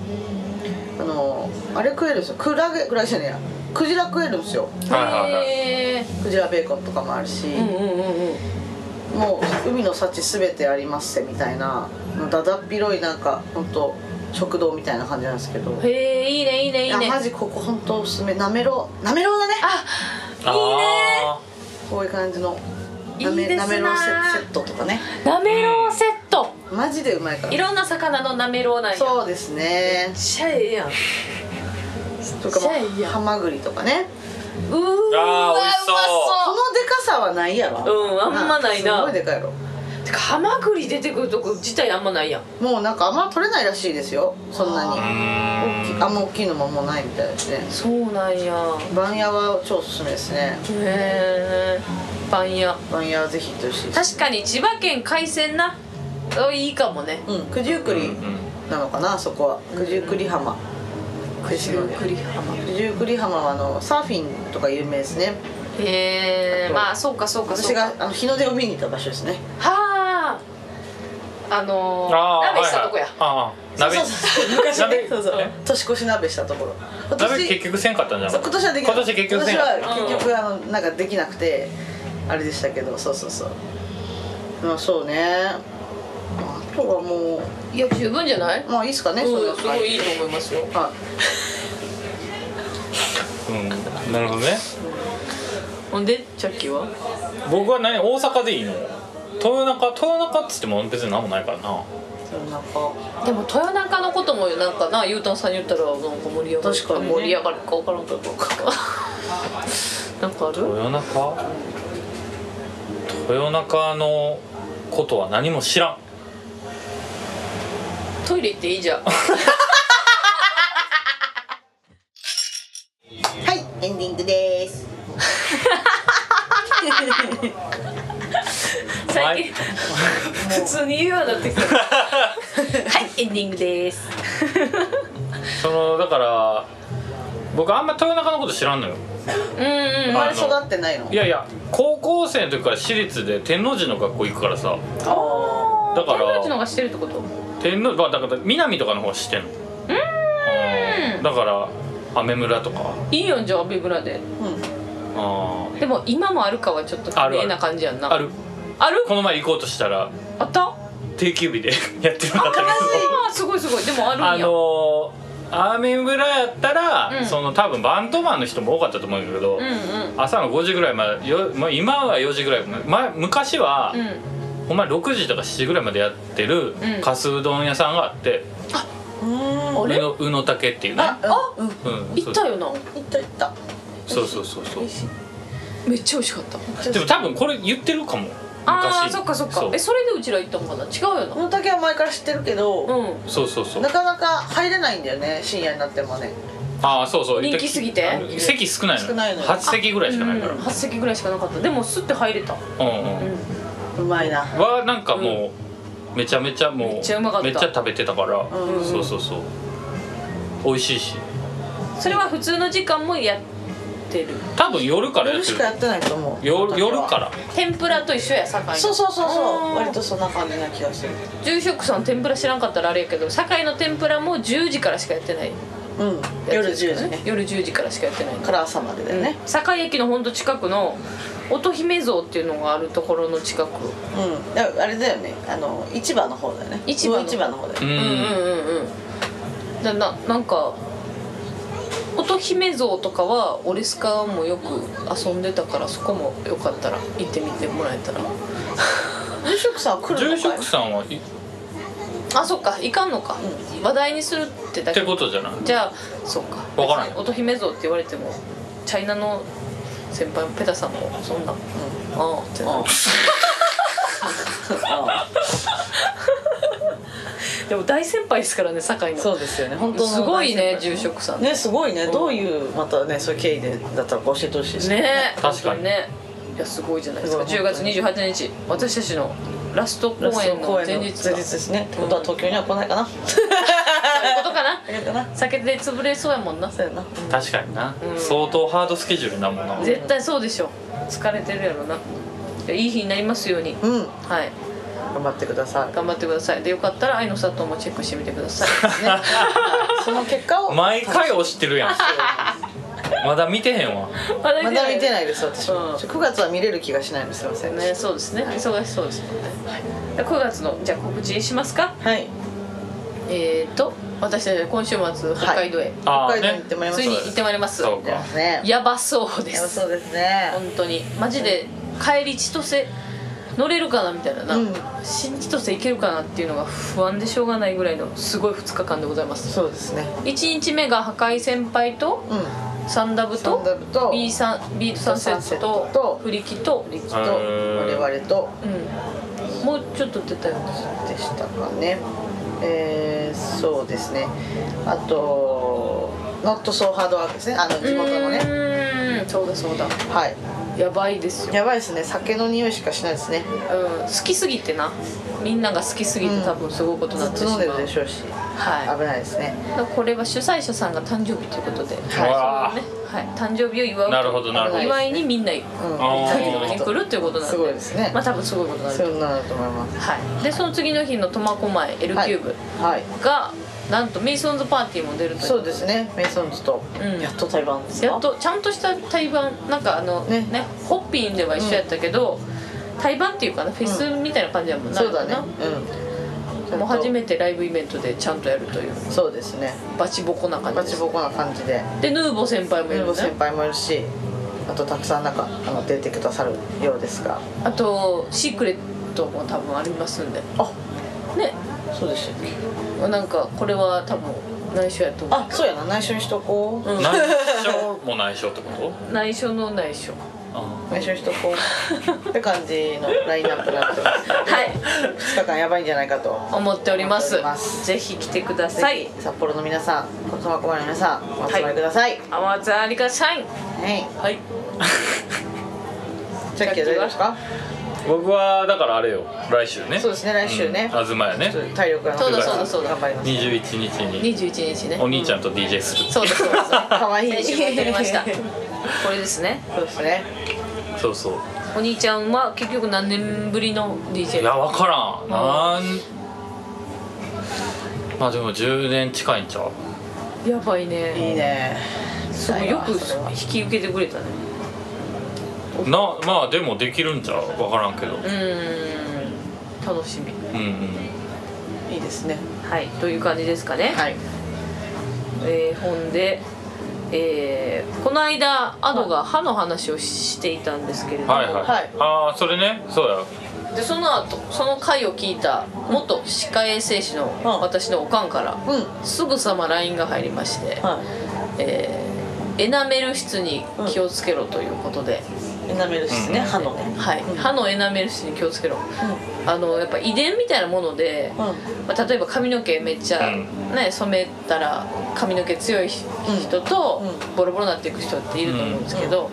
A: あのあれ食えるんですよクラゲクラゲじゃねえやクジラ食えるんですよ
C: はいはい
B: へ
A: クジラベーコンとかもあるし、
B: ーうんうんうんうん
A: もう海の幸すべてありますせみたいなだだっ広いなんか本当食堂みたいな感じなんですけど
B: へえいいねいいねいい
A: あ
B: ね
A: マジここ本当おすすめなめろうなめろうだね
B: あ
C: あ
A: こういう感じの
B: い
A: ないめ
B: ですな
A: なめろうセセットとかね
B: なめろうセット
A: マジでうまいから
B: いろんな魚のなめろうなんや
A: そうですね
B: シャええやんう
A: とかも
B: めっちゃいいやん
A: ハマグリとかね
B: ーわう
C: あー美味しそう
A: こ
B: ま
A: のでかさはないやろ
B: うんあんまないな
A: すごいでかいやろ
B: そうてかハマグリ出てくるとこ自体あんまないやん
A: もうなんかあんま取れないらしいですよそんなに
C: ーう
A: 大き
C: ー
A: い
C: ん
A: あんま大きいのももうないみたいですね
B: そうなんや
A: 番屋は超おすすめですね
B: へえパン屋
A: 番屋はぜひ行ってほしいです
B: 確かに千葉県海鮮なあいいかもね
A: うん九十九里なのかなそこは九十九里浜ですよね
B: 栗浜
A: 九十九里浜はあのサーフィンとか有名ですね
B: へえまあそうかそうかそ
A: 私
B: うか
A: があの日の出を見に行った場所ですね
B: はああの
C: あ
B: ー、
C: ー
B: 鍋したとこや、
C: はいはいあー鍋
A: そうそうそう昔ね
C: 鍋
A: そうそう年越し鍋したところ今
C: 鍋
A: 年
C: 結局せんかったんじゃ
A: そ
C: な
A: う
C: い
A: 今年はできな
C: 今年結局せんかった
A: 今年は結局あのなんかできなくてあれでしたけどそうそうそうまあそうねあとはも
B: いや十分じゃないう
A: まあいいっすかね
B: うん
A: ん
B: すごいいいと思いますよ
A: は
C: うんなるほどね
B: ほんでチャッキーは
C: 僕は何大阪でいいの豊中豊中っつっても別に何もないからな
A: はいそんなか
B: でも豊中のこともなんかなゆうたんさんに言ったらなんか盛り上がる
A: 確かにね
B: 盛り上がるか分からんけど <laughs> なんかある
C: 豊中豊中のことは何も知らん
B: トイレ行っていいじゃん
A: はいエンディングです
B: <laughs> 最近普通に言うようになって <laughs> きたはいエンディングです
C: そのだから僕あんま豊中のこと知らんのよ
B: うんうん
A: 生まれ育ってないの
C: いやいや高校生の時から私立で天王寺の学校行くからさ
B: あ
C: だから
B: のがしてるってこと
C: 天王まあだから南とかの方知ってんのうんだから雨村とか
B: いいよんじゃあビブラで
A: うん
C: あ
B: でも今もあるかはちょっと
C: あ
B: 不
C: る
B: 明
C: ある
B: な感じやんな
C: ーある
B: ある
C: この前行こうとしたら
B: あった
C: 定休日で <laughs> やってなかったけど
B: あーすごいすごいでもあるんや
C: あのー、雨村やったら、
B: うん
C: その多分バンドマンの人も多かったと思うんだけ
B: う
C: ど、
B: んうん
C: 朝の5時ぐらいまでよ、まあ、今は4時ぐらい前昔は、
B: うん
C: ほんまに6時とか7時ぐらいまでやってる
B: うん
C: かすうどん屋さんがあって、
A: うん
B: あれ
C: うのうのたけっていうね
A: ああうん
C: うん
B: 行ったよな
A: 行った行った
C: そうそうそうそうそ
B: めっちゃ美味しかった
C: うでも多分これ言ってるかも昔
B: あーそっかそっか
C: う
B: えそれでうちら行ったのかな違うよ
A: この竹は前から知ってるけど、
B: なうん
C: そうそうそう
A: なかなか入れないんだよね深夜になってもね
C: ああそうそう
B: 人気すぎて
C: 席少ないの
A: 少ないのよ
C: 8席ぐらいしかないから
B: うん8席ぐらいしかなかったでもスッて入れた
C: うんうん
B: う
A: うまいな
C: はなんかもう、めちゃめちゃもう
B: めっちゃうまかった
C: めっちゃ食べてたから、
A: うん
C: そうそうそう美味しいし
B: んそれは普通の時間もやってる
C: 多分夜からや
A: 夜
C: って
A: し
C: る
A: かやってないと思う
C: 夜夜
A: ら
C: か
B: 天ぷらと一緒や堺の
A: そうそうそう
B: あ
A: そ
B: ー
A: う割とそんな感じな気がする
B: 住職さん天ぷら知らんかったらあれやけど堺の天ぷらも10時からしかやってない
A: うん夜10時ね
B: 夜10時からしかやってない
A: から朝までだよね
B: 堺駅のほんと近くの乙姫像っていうのがあるところの近く
A: うんだからあれだよねあの市場の方だよね
B: 市場の
A: 魚市場の方だよ
C: らう
A: ね
C: ん、
B: うんうんうんうんだななんか乙姫像とかはオレスカもよく遊んでたからそこもよかったら行ってみてもらえたら
A: 住職さんは来る
C: 住
A: のかい
C: 職さんはいっ
B: あそっか行かんのか、話題にするってだ
C: て
B: け
C: ことじゃない
B: じゃあそうか
C: わからん
B: 別に乙姫像って言われてもチャイナの先輩ペタさんもそんな、ああってなるでも大先輩ですからね堺の
A: そうですよね本当の
B: すごいね住職さん
A: ねすごいねどういうまたねそういう経緯でだったら教えてほしいですね
B: ねえ
C: 確かに
B: ねいやすごいじゃないですか
A: すごい
B: 10月28日私たちのラスト公
A: ラス
B: 演
A: ト
B: の
A: 公
B: 前
A: 演の前
B: 日
A: 日
B: かそういう
A: ですねってことは東京には来ないかな
B: ことかな
A: あれかな
B: 酒で潰れそうやもんな
A: そうやな
C: 確かにな、
B: うん
C: 相当ハードスケジュールなもんな
B: 絶対そうでしょ疲れてるやろないやいい日になりますように
A: うん
B: はい
A: 頑張ってください
B: 頑張ってくださいでよかったら愛の里もチェックしてみてください
A: ねその結果を
C: 毎回押して
A: <laughs>
C: るやんまだ見てへんわ
B: まだ
A: まだ見てないいです私も、
B: うん
A: 9月は見れる気がしないのすいません
B: ねそうですね忙しそうですもんね、で9月のじゃあ告知しますか
A: はい
B: えーと私たち今週末北海道へ、
C: あ
A: 北
C: あ
A: 海道に行
C: ね
A: ってまいりま
B: つ
A: し
B: い
A: た
B: に行ってまいります
C: そうか
A: ね
B: やばそうで
A: やば
B: す
A: そうですね
B: 本当にマジで帰り千歳乗れるかなみたいなな、
A: うん
B: 新千歳行けるかなっていうのが不安でしょうがないぐらいのすごい2日間でございます
A: そうですね
B: 1日目が破壊先輩と
A: うん
B: サンダブ
A: サン
B: と
A: ダルと
B: B さん B とサンセッ
A: サ
B: ト
A: ンセット
B: と
A: と
B: フリキと、
A: リッチと
C: へー
A: 我々と
B: うん、もうちょっと出たよ
A: でしたかねえー、そうですねあと「ノットソーハードワークですねあの地元の
B: う
A: ね
B: ーんそうだそうだ
A: はい
B: やばいですよ、
A: やばいですね酒の匂いしかしないですね
B: うん、好きすぎてなみんなが好きすぎて多分すごいことに
A: ず
B: な
A: っ
B: って
A: と
B: しま
A: 飲
B: う、
A: んでるでしょうし
B: はい
A: 危ないですね
B: これは主催者さんが誕生日ということで、
A: はいう
B: は
C: わ
B: いはい、誕生日を祝う
C: なるほどなるほど
B: 祝いにみんな行く
A: うん
C: あー
B: に来るということなんです
A: ごいですね
B: まあ多分すごいことなん
A: そ
B: で、
A: うなると思います
B: はい、でその次の日の苫小牧 L キューブ
A: はい
B: が、なんとメイソンズパーティーも出るという
A: そうですねメイソンズと、
B: うん
A: やっと対バンですか
B: やっとちゃんとした対バンなんかあのね
A: ね
B: ホッピンでは一緒やったけど、対バンっていうかなフェスみたいな感じやもんな、
A: そうだね
B: な
A: うん
B: もう初
A: て
B: めてライブイベントでちゃんとやるという
A: そうですね
B: バチボコな感じ
A: バ
B: です
A: チボコな感じで
B: でヌーボ先輩もい
A: ル
B: る
A: ボ
B: の
A: 先
B: ね
A: 輩もいるしあとたくさんなんかあの出てくださるようですが
B: あとシークレットも多分ありますんで
A: あ
B: ね
A: そうでしたっけ
B: なんかこれは多分内緒やと思う
A: あそうやな内緒にしとこう、
B: うん
C: 内緒も内緒ってこと
B: 内緒の内緒
C: あ
A: 内緒にしとこうって感じのラインナップになってます
B: はい <laughs>
A: 2日間やばいんじゃないかと
B: 思っておりま
A: 思
B: す
A: っております
B: ぜひ来てくだ
A: ぜひ
B: さい
A: 札幌の皆さん苫小牧の皆さんお集まりください、は
B: あわざありがさい
A: い、
B: はい
A: チェッキーは大丈夫ですか
C: ー僕はだからあれよ来週ね
A: そうですね来週ね
C: うん東やね
A: ちょっと体力が
B: そうだ
C: そうだ
B: そうだ
A: 頑張ります
C: 21日に
B: 21日ね
C: お兄ちゃんと DJ する
B: そうだそうだそうだ
A: 可愛い
B: 先週もやっておりましたこれですね
A: そうですね
C: そうそう
B: お兄ちゃんは結局何年ぶりの DJ
C: いや分からんなんまあでも10年近いんちゃう
B: やばいね
A: いいね
B: すごいよく
A: それは
B: 引き受けてくれたね
C: なまあでもできるんちゃう分からんけど
B: うーん楽しみ
C: うんうん
A: いいですね
B: はいという感じですかね、
A: はい
B: えー本で、えーこの間アドが歯の話をしていたんですけれども、
C: はいはい、
A: はい
C: ああそれねそうや
B: でその後その回を聞いた元歯科衛生士の
A: うん
B: 私のおかんから、
A: うん
B: すぐさま LINE が入りまして、
A: は
B: えーエナメル質に気をつけろということで、
A: いエナメル質ね、
C: うん
A: 歯のね
B: はい、
A: うん
B: 歯のエナメル質に気をつけろ
A: う
B: あのやっぱ遺伝みたいなもので、
A: んうん
B: まあ、例えば髪の毛めっちゃ、
C: うん
B: ね、染めたら髪の毛強い人と、
A: う
B: ボロボロになっていく人っていると思うんですけど、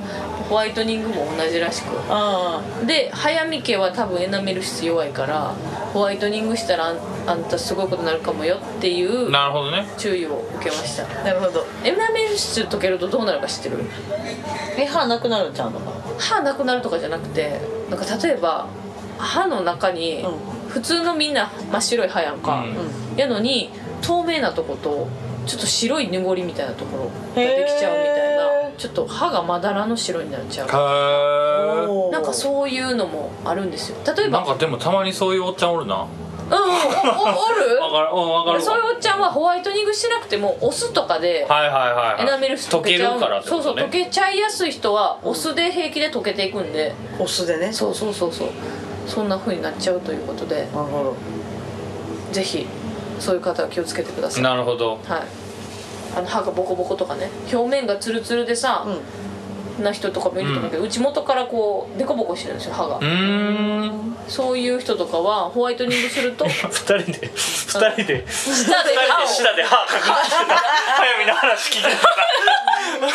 B: ホワイトニングも同じらしく
A: あ
B: で早見家は多分エナメル質弱いからホワイトニングしたらあんあんたすごいことになるかもよっていう
C: なるほどね
B: 注意を受けました
A: あなるほど
B: エナメル質溶けるとどうなるか知ってる
A: え歯なくなるんちゃうのか
B: 歯なくなるとかじゃなくてなんか例えば歯の中に、
A: う
B: 普通のみんな真っ白い歯やんか、
C: うん
A: う
B: やのに透明なとことちょっと白い濁りみたいなところができちゃうみたい
A: へ
B: な
A: ー
B: ちょっと歯がまだらの白になっちゃう
C: へ
A: おー
B: なんかそういうのもあるんですよ例
C: え
B: え
C: な
B: ば
C: んかでもたまにそういうおっちゃんおるな
B: うんうんおおおる
C: わかるうんわかるわ
B: そういうおっちゃんはホワイトニングしなくてもお酢とかで
C: はいはいはい、はい、
B: エナメル質溶けちゃう
C: 溶るからって
B: そ
C: こ
B: うそ
C: と
B: う
C: ね
B: 溶けちゃいやすい人はお酢で平気で溶けていくんで、
A: お酢でね
B: そうそうそうそうそんな風になっちゃうということで
A: なるほど
B: ぜひそういう方は気をつけてください
C: なるほど
B: はいあの歯がボコボコとかね表面がツルツルでさ、
A: うん
B: な人とかもいると思うけど、うち元からこうデコボコしてるんですよ歯が、
C: うーん
B: そういう人とかはホワイトニングする <laughs> と舌で
C: <laughs> 二人で二人で
B: 歯を
C: で歯隠してた早見の話聞いて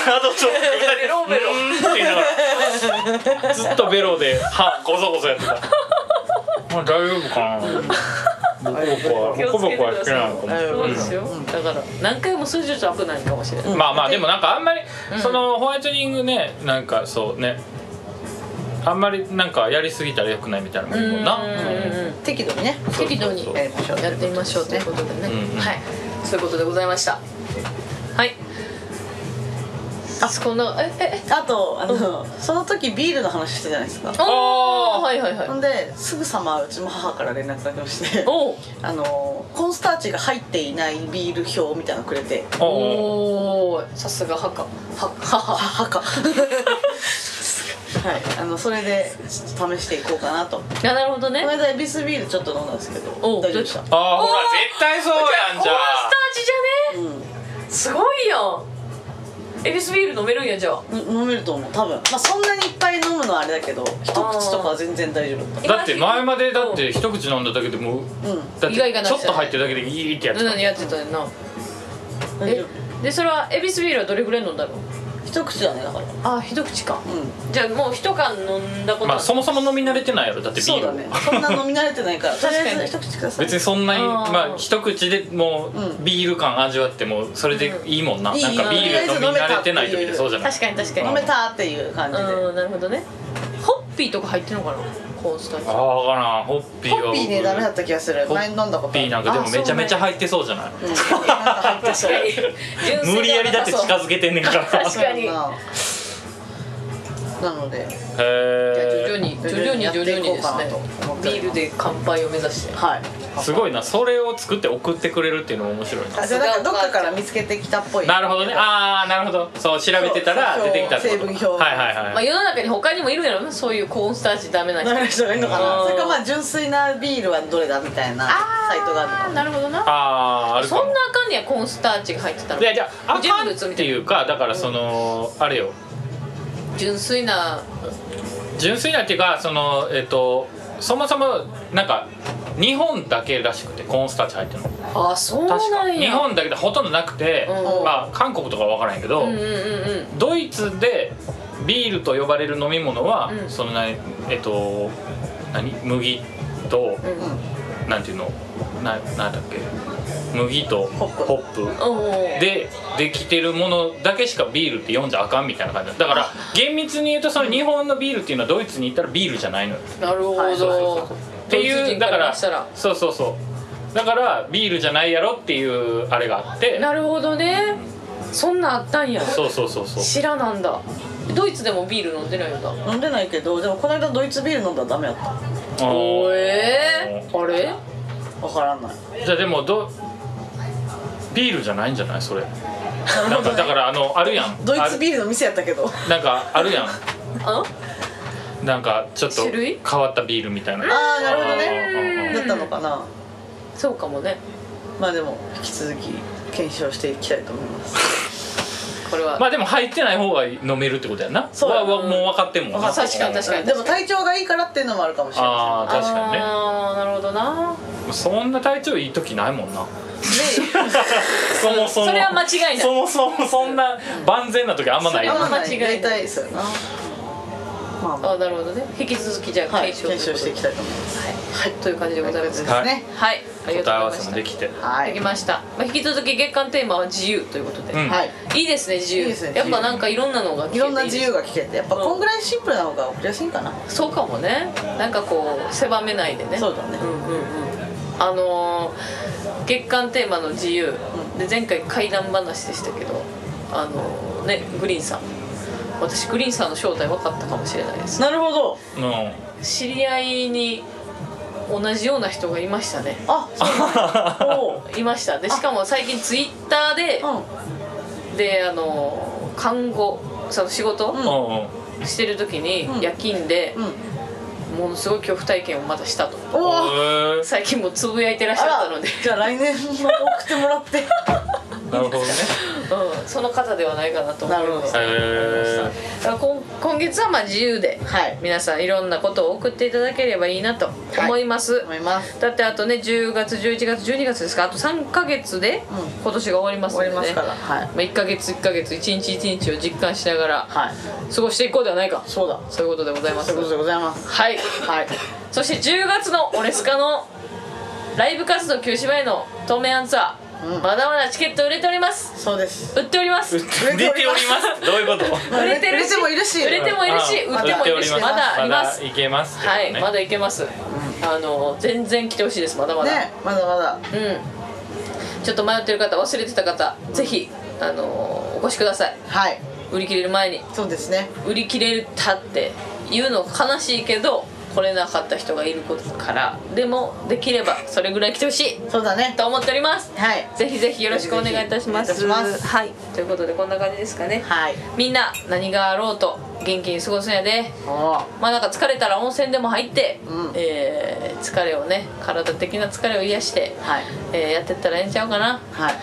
C: たあとちょっとベロベロって言いながらずっとベロで歯ゴソゴソやってたまあ大丈夫かなボコボコはボコボコは引けないのかも
A: 大丈
B: そ
A: 夫
B: うですよ、だから何回も数字ちょっと危ないかもしれない、
C: まあまあでもなんかあんまり、そのホワイトニングねなんかそうねあんまりなんかやりすぎたらよくないみたいなもんもん
B: う
C: な
B: んうん
A: 適度にね
C: そうそうそう
B: 適度に
A: やりましょう
B: やってみましょうということでね、
C: うんうん
B: はいそういうことでございましたはいあそこのえええ
A: あとあの、その時ビールの話したじゃないですか
B: おーはいはいはい
A: ほんですぐさまうちも母から連絡が来まして
B: お
A: あのコーンスターチが入っていないビール表みたいなのくれて
C: おお
B: おおーさすがハカハ
A: あ
B: ハ <laughs>
A: 母かはいあのそれでちょっと試していこうかなとこ
B: あなるほどね
A: の間エビスビールちょっと飲んだんですけど
B: お
A: 大丈夫でした
C: ああほ
B: お
C: ら
B: ー
C: 絶対そうやんじゃ
B: コーン
C: あ
B: スターチじゃねすごいやんエビスビール飲めるんやじゃあ
A: うん飲めると思う多分まあそんなにいっぱい飲むのはあれだけど一口とかは全然大丈夫だっ
C: だって前までだって一口飲んだだけでもう
A: たうん
C: だっ
B: 意外が
C: て
B: な
C: ち
B: し
C: ょっと入ってるだけでいいってやつ
B: 何やってたよな
A: 大
B: え
A: 丈夫
B: でそれはエビスビールはどれぐらい飲んだの
A: 一口だねだから
B: あ一口か
A: う
B: じゃあもう一缶飲んだこと
C: まあそ
B: も
C: もそも飲み慣れてないやろだって
A: ん
C: ビ
A: そう
C: ー
A: だ
C: ル
A: ねそんな飲み慣れてないからとりあえず
B: 確か
A: 一口ください
C: <laughs> 別にそんなに
B: あー
C: まあ一口でも
A: う
C: うんビール感味わってもそれでいいもんな、
A: うん
C: なんか
B: い
C: ビ
B: いいい
C: ール飲み慣れてない時ってそうじゃない
B: 確かに確かに
A: 飲めたっていう感じで
B: うんなるほどねホッピーとか入ってるのかなコーンスターチ
C: ああわからんホッピーは
A: ホッピーねダメだった気がする
C: ホ
A: 前に飲んだこと
C: ッ
A: ある
C: ピーなんかでもめちゃめちゃ入ってそうじゃない、
A: うんなんか入ってそう
B: <laughs> に
C: 無理やりだって近づけてんねんから
B: 確かに
A: そうやんななので
B: 徐
C: へ
B: 々
C: え
B: に徐々に徐々にですねビールで乾杯を目指して
A: はい
C: すごいなそれを作って送ってくれるっていうのも面白い
A: あじゃあなんかどっかから見つけてきたっぽい
C: ななるほどねああなるほどそう調べてたら
A: そう
C: 出てきたってこと
A: 成分表
C: はいはいはい、
B: まあ世の中に他にもいるんやろなそういうコーンスターチダメな人
A: なる人がいるのか
B: うん
A: なそれかまあ純粋なビールはどれだみたいな
B: あー
A: サイトがあるのかな
B: なるほどな
C: ああーあるか
B: そ
C: も
B: んなあかんねやコーンスターチが入ってた
C: いや
B: ら
C: じゃああ
B: 不純
C: かん
B: 物み
C: ったて
B: いな
C: いうかだからその、あれよ
B: 純粋な
C: 純粋なっていうかそのえっ、とそもそもなんか日本だけらしくてコーンスターチ入ってるの
B: あそう
C: 確
B: な
C: か
B: んや
C: 日本だけでほとんどなくて、
B: うん
C: まあ韓国とかは分からんけど、
B: うんうんうんうん
C: ドイツでビールと呼ばれる飲み物は、
B: うん
C: そのなえっ、と何麦と、なんていうのななんだっけ麦と
A: ホップ
C: ホップ
B: おー
C: でできてるものだけしかビールって読んじゃあかんみたいな感じだだから厳密に言うとその日本のビールっていうのはドイツに行ったらビールじゃないのよっ
B: なるほ
A: はいそう
C: そ
B: ど
C: うて
B: ドイツ
C: いう
B: 人
C: だか
B: 出
C: ら
B: したら
C: そうそうそうだからビールじゃないやろっていうあれがあって
B: なるほどねそんなんあったんや
C: そうそうそうそう
B: 知らなんだドイツでもビール飲んでないんだ
A: 飲んでないけどでもこの間ドイツビール飲んだらダメだった
B: お
C: ー
B: えー、あれ
A: わからない
C: じゃあでもどビールじゃないんじゃないそれなんかだからあのあるやん
A: ドイツビールの店やったけど
C: あるなんかあるや
B: あ
C: んなんかちょっと
B: 種類
C: 変わったビールみたいな
A: あーなるほど
C: うん
A: ねだったのかな
B: そうかもね
A: まあでも引き続き検証していきたいと思います
B: これは、
C: まあでも入ってない方が飲めるってことやんな
A: そう
C: わ
A: や
C: わもう分かってんもんな
B: あ確かに確かに
A: でも体調がいいからっていうのもあるかもしれ
C: あ
A: な
C: あ確かにね
B: あーなるほどな
C: そんな体調いい時ないも
B: <laughs>
C: んな
B: ね
A: <laughs>
C: そもそも
B: それは間違いない
C: そもそもそんな万全な時あんまない
A: い
C: よ
A: あ
B: そ
A: ん
B: れ
A: ま
B: は
C: な
A: ない
B: 間違いない
A: 大体ですよなまあま
B: あなるほどね引き続きじゃあ
A: あはい
B: 検
A: 検
B: 証,、
A: 証していきたいと思います
B: はい、という感じでございます
A: はいですね
B: はい、ありがと
C: 答
B: う
C: え合
B: ご
C: わ
B: ざいま
C: せ
B: し
C: も
B: た
C: できて
A: はい
B: できました、まあ、引き続き月間テーマは自由ということで、
C: うん
A: はい
B: いいですね自由
A: いいですね
B: やっぱなんかいろんなのが聞けて
A: いろんな自由が聞けてやっぱ
B: うん
A: こんぐらいシンプルな方が送りやすいんかな
B: そうかもねなんかこう狭めないでね
A: そうだね
B: うんうんうんあのー月間テーマの自由、で前回怪談話でしたけどあのーねグリーンさん私グリーンさんの正体分かったかもしれないです
A: なるほど
C: うん
B: 知り合いに同じような人がいましたね
A: あそうなんだおう
B: いましたでしかも最近ツイッターで
A: う
B: であのー看護その仕事 <laughs>
A: うん
C: うんうん
B: してる時に
A: うん
B: 夜勤で
A: んうん
B: ものすごい恐怖体験をまたしたと
A: おお
C: へー
B: 最近もつぶやいてらっし
A: あ
B: ゃったの
A: ら
B: で
A: じゃあ来年も送ってもらって
C: なるほど
B: <laughs>
C: ね
B: うん、その方ではないかなと思います。
A: な
C: へー
B: だから今今月はまあ自由で、
A: はい
B: 皆さんいろんなことを送っていただければいいなと思います。
A: 思います
B: だってあとね10月11月12月ですかあと3ヶ月で
A: うん
B: 今年が終わります
A: 終
B: の
A: わ
B: で、
A: り
B: ね
A: ますからはい
B: まあ、1ヶ月1ヶ月1日1日を実感しながら
A: はい
B: 過ごしていこうではないか
A: そうだ
B: そういうことでございます
A: そういうことでございます
B: はい
A: はい
B: そして10月のオレスカのライブ活動休止前の当面アンサー
A: うん
B: まだまだチケット売れております
A: そうです
B: 売っております売
C: 売れておりますってどういうこと
B: 売れてるし
A: 売れてもいるし
B: 売れてもいるし
C: うん
B: 売ってもいるし
C: 売ってお
B: ま
C: り
B: だいます
C: いけますけど
B: は
C: ね
B: いまだいけますあの全然来てほしいですまだまだ
A: ねまだまだ
B: うんちょっと迷ってる方忘れてた方ぜひあのお越しください
A: はい
B: 売り切れる前に
A: そうですね
B: 売り切れたって言うの悲しいけど来れなかった人がいることからでもできればそれぐらい来てほしい
A: そうだね
B: と思っております
A: はい
B: ぜひぜひよろしくお願いいたします
A: ぜひお願いいたします
B: はいということでこんな感じですかね、
A: はい
B: みんな何があろうと元気に過ごすんやで
A: おー
B: まあなんか疲れたら温泉でも入って、
A: うん
B: えー疲れをね体的な疲れを癒して、
A: はい
B: えーやってったらええんちゃうかな、
A: はい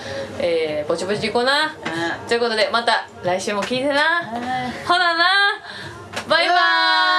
B: えーぼちぼち行こうな
A: うん
B: ということでまた来週も聞いてな
A: はい
B: ほななバイバーイ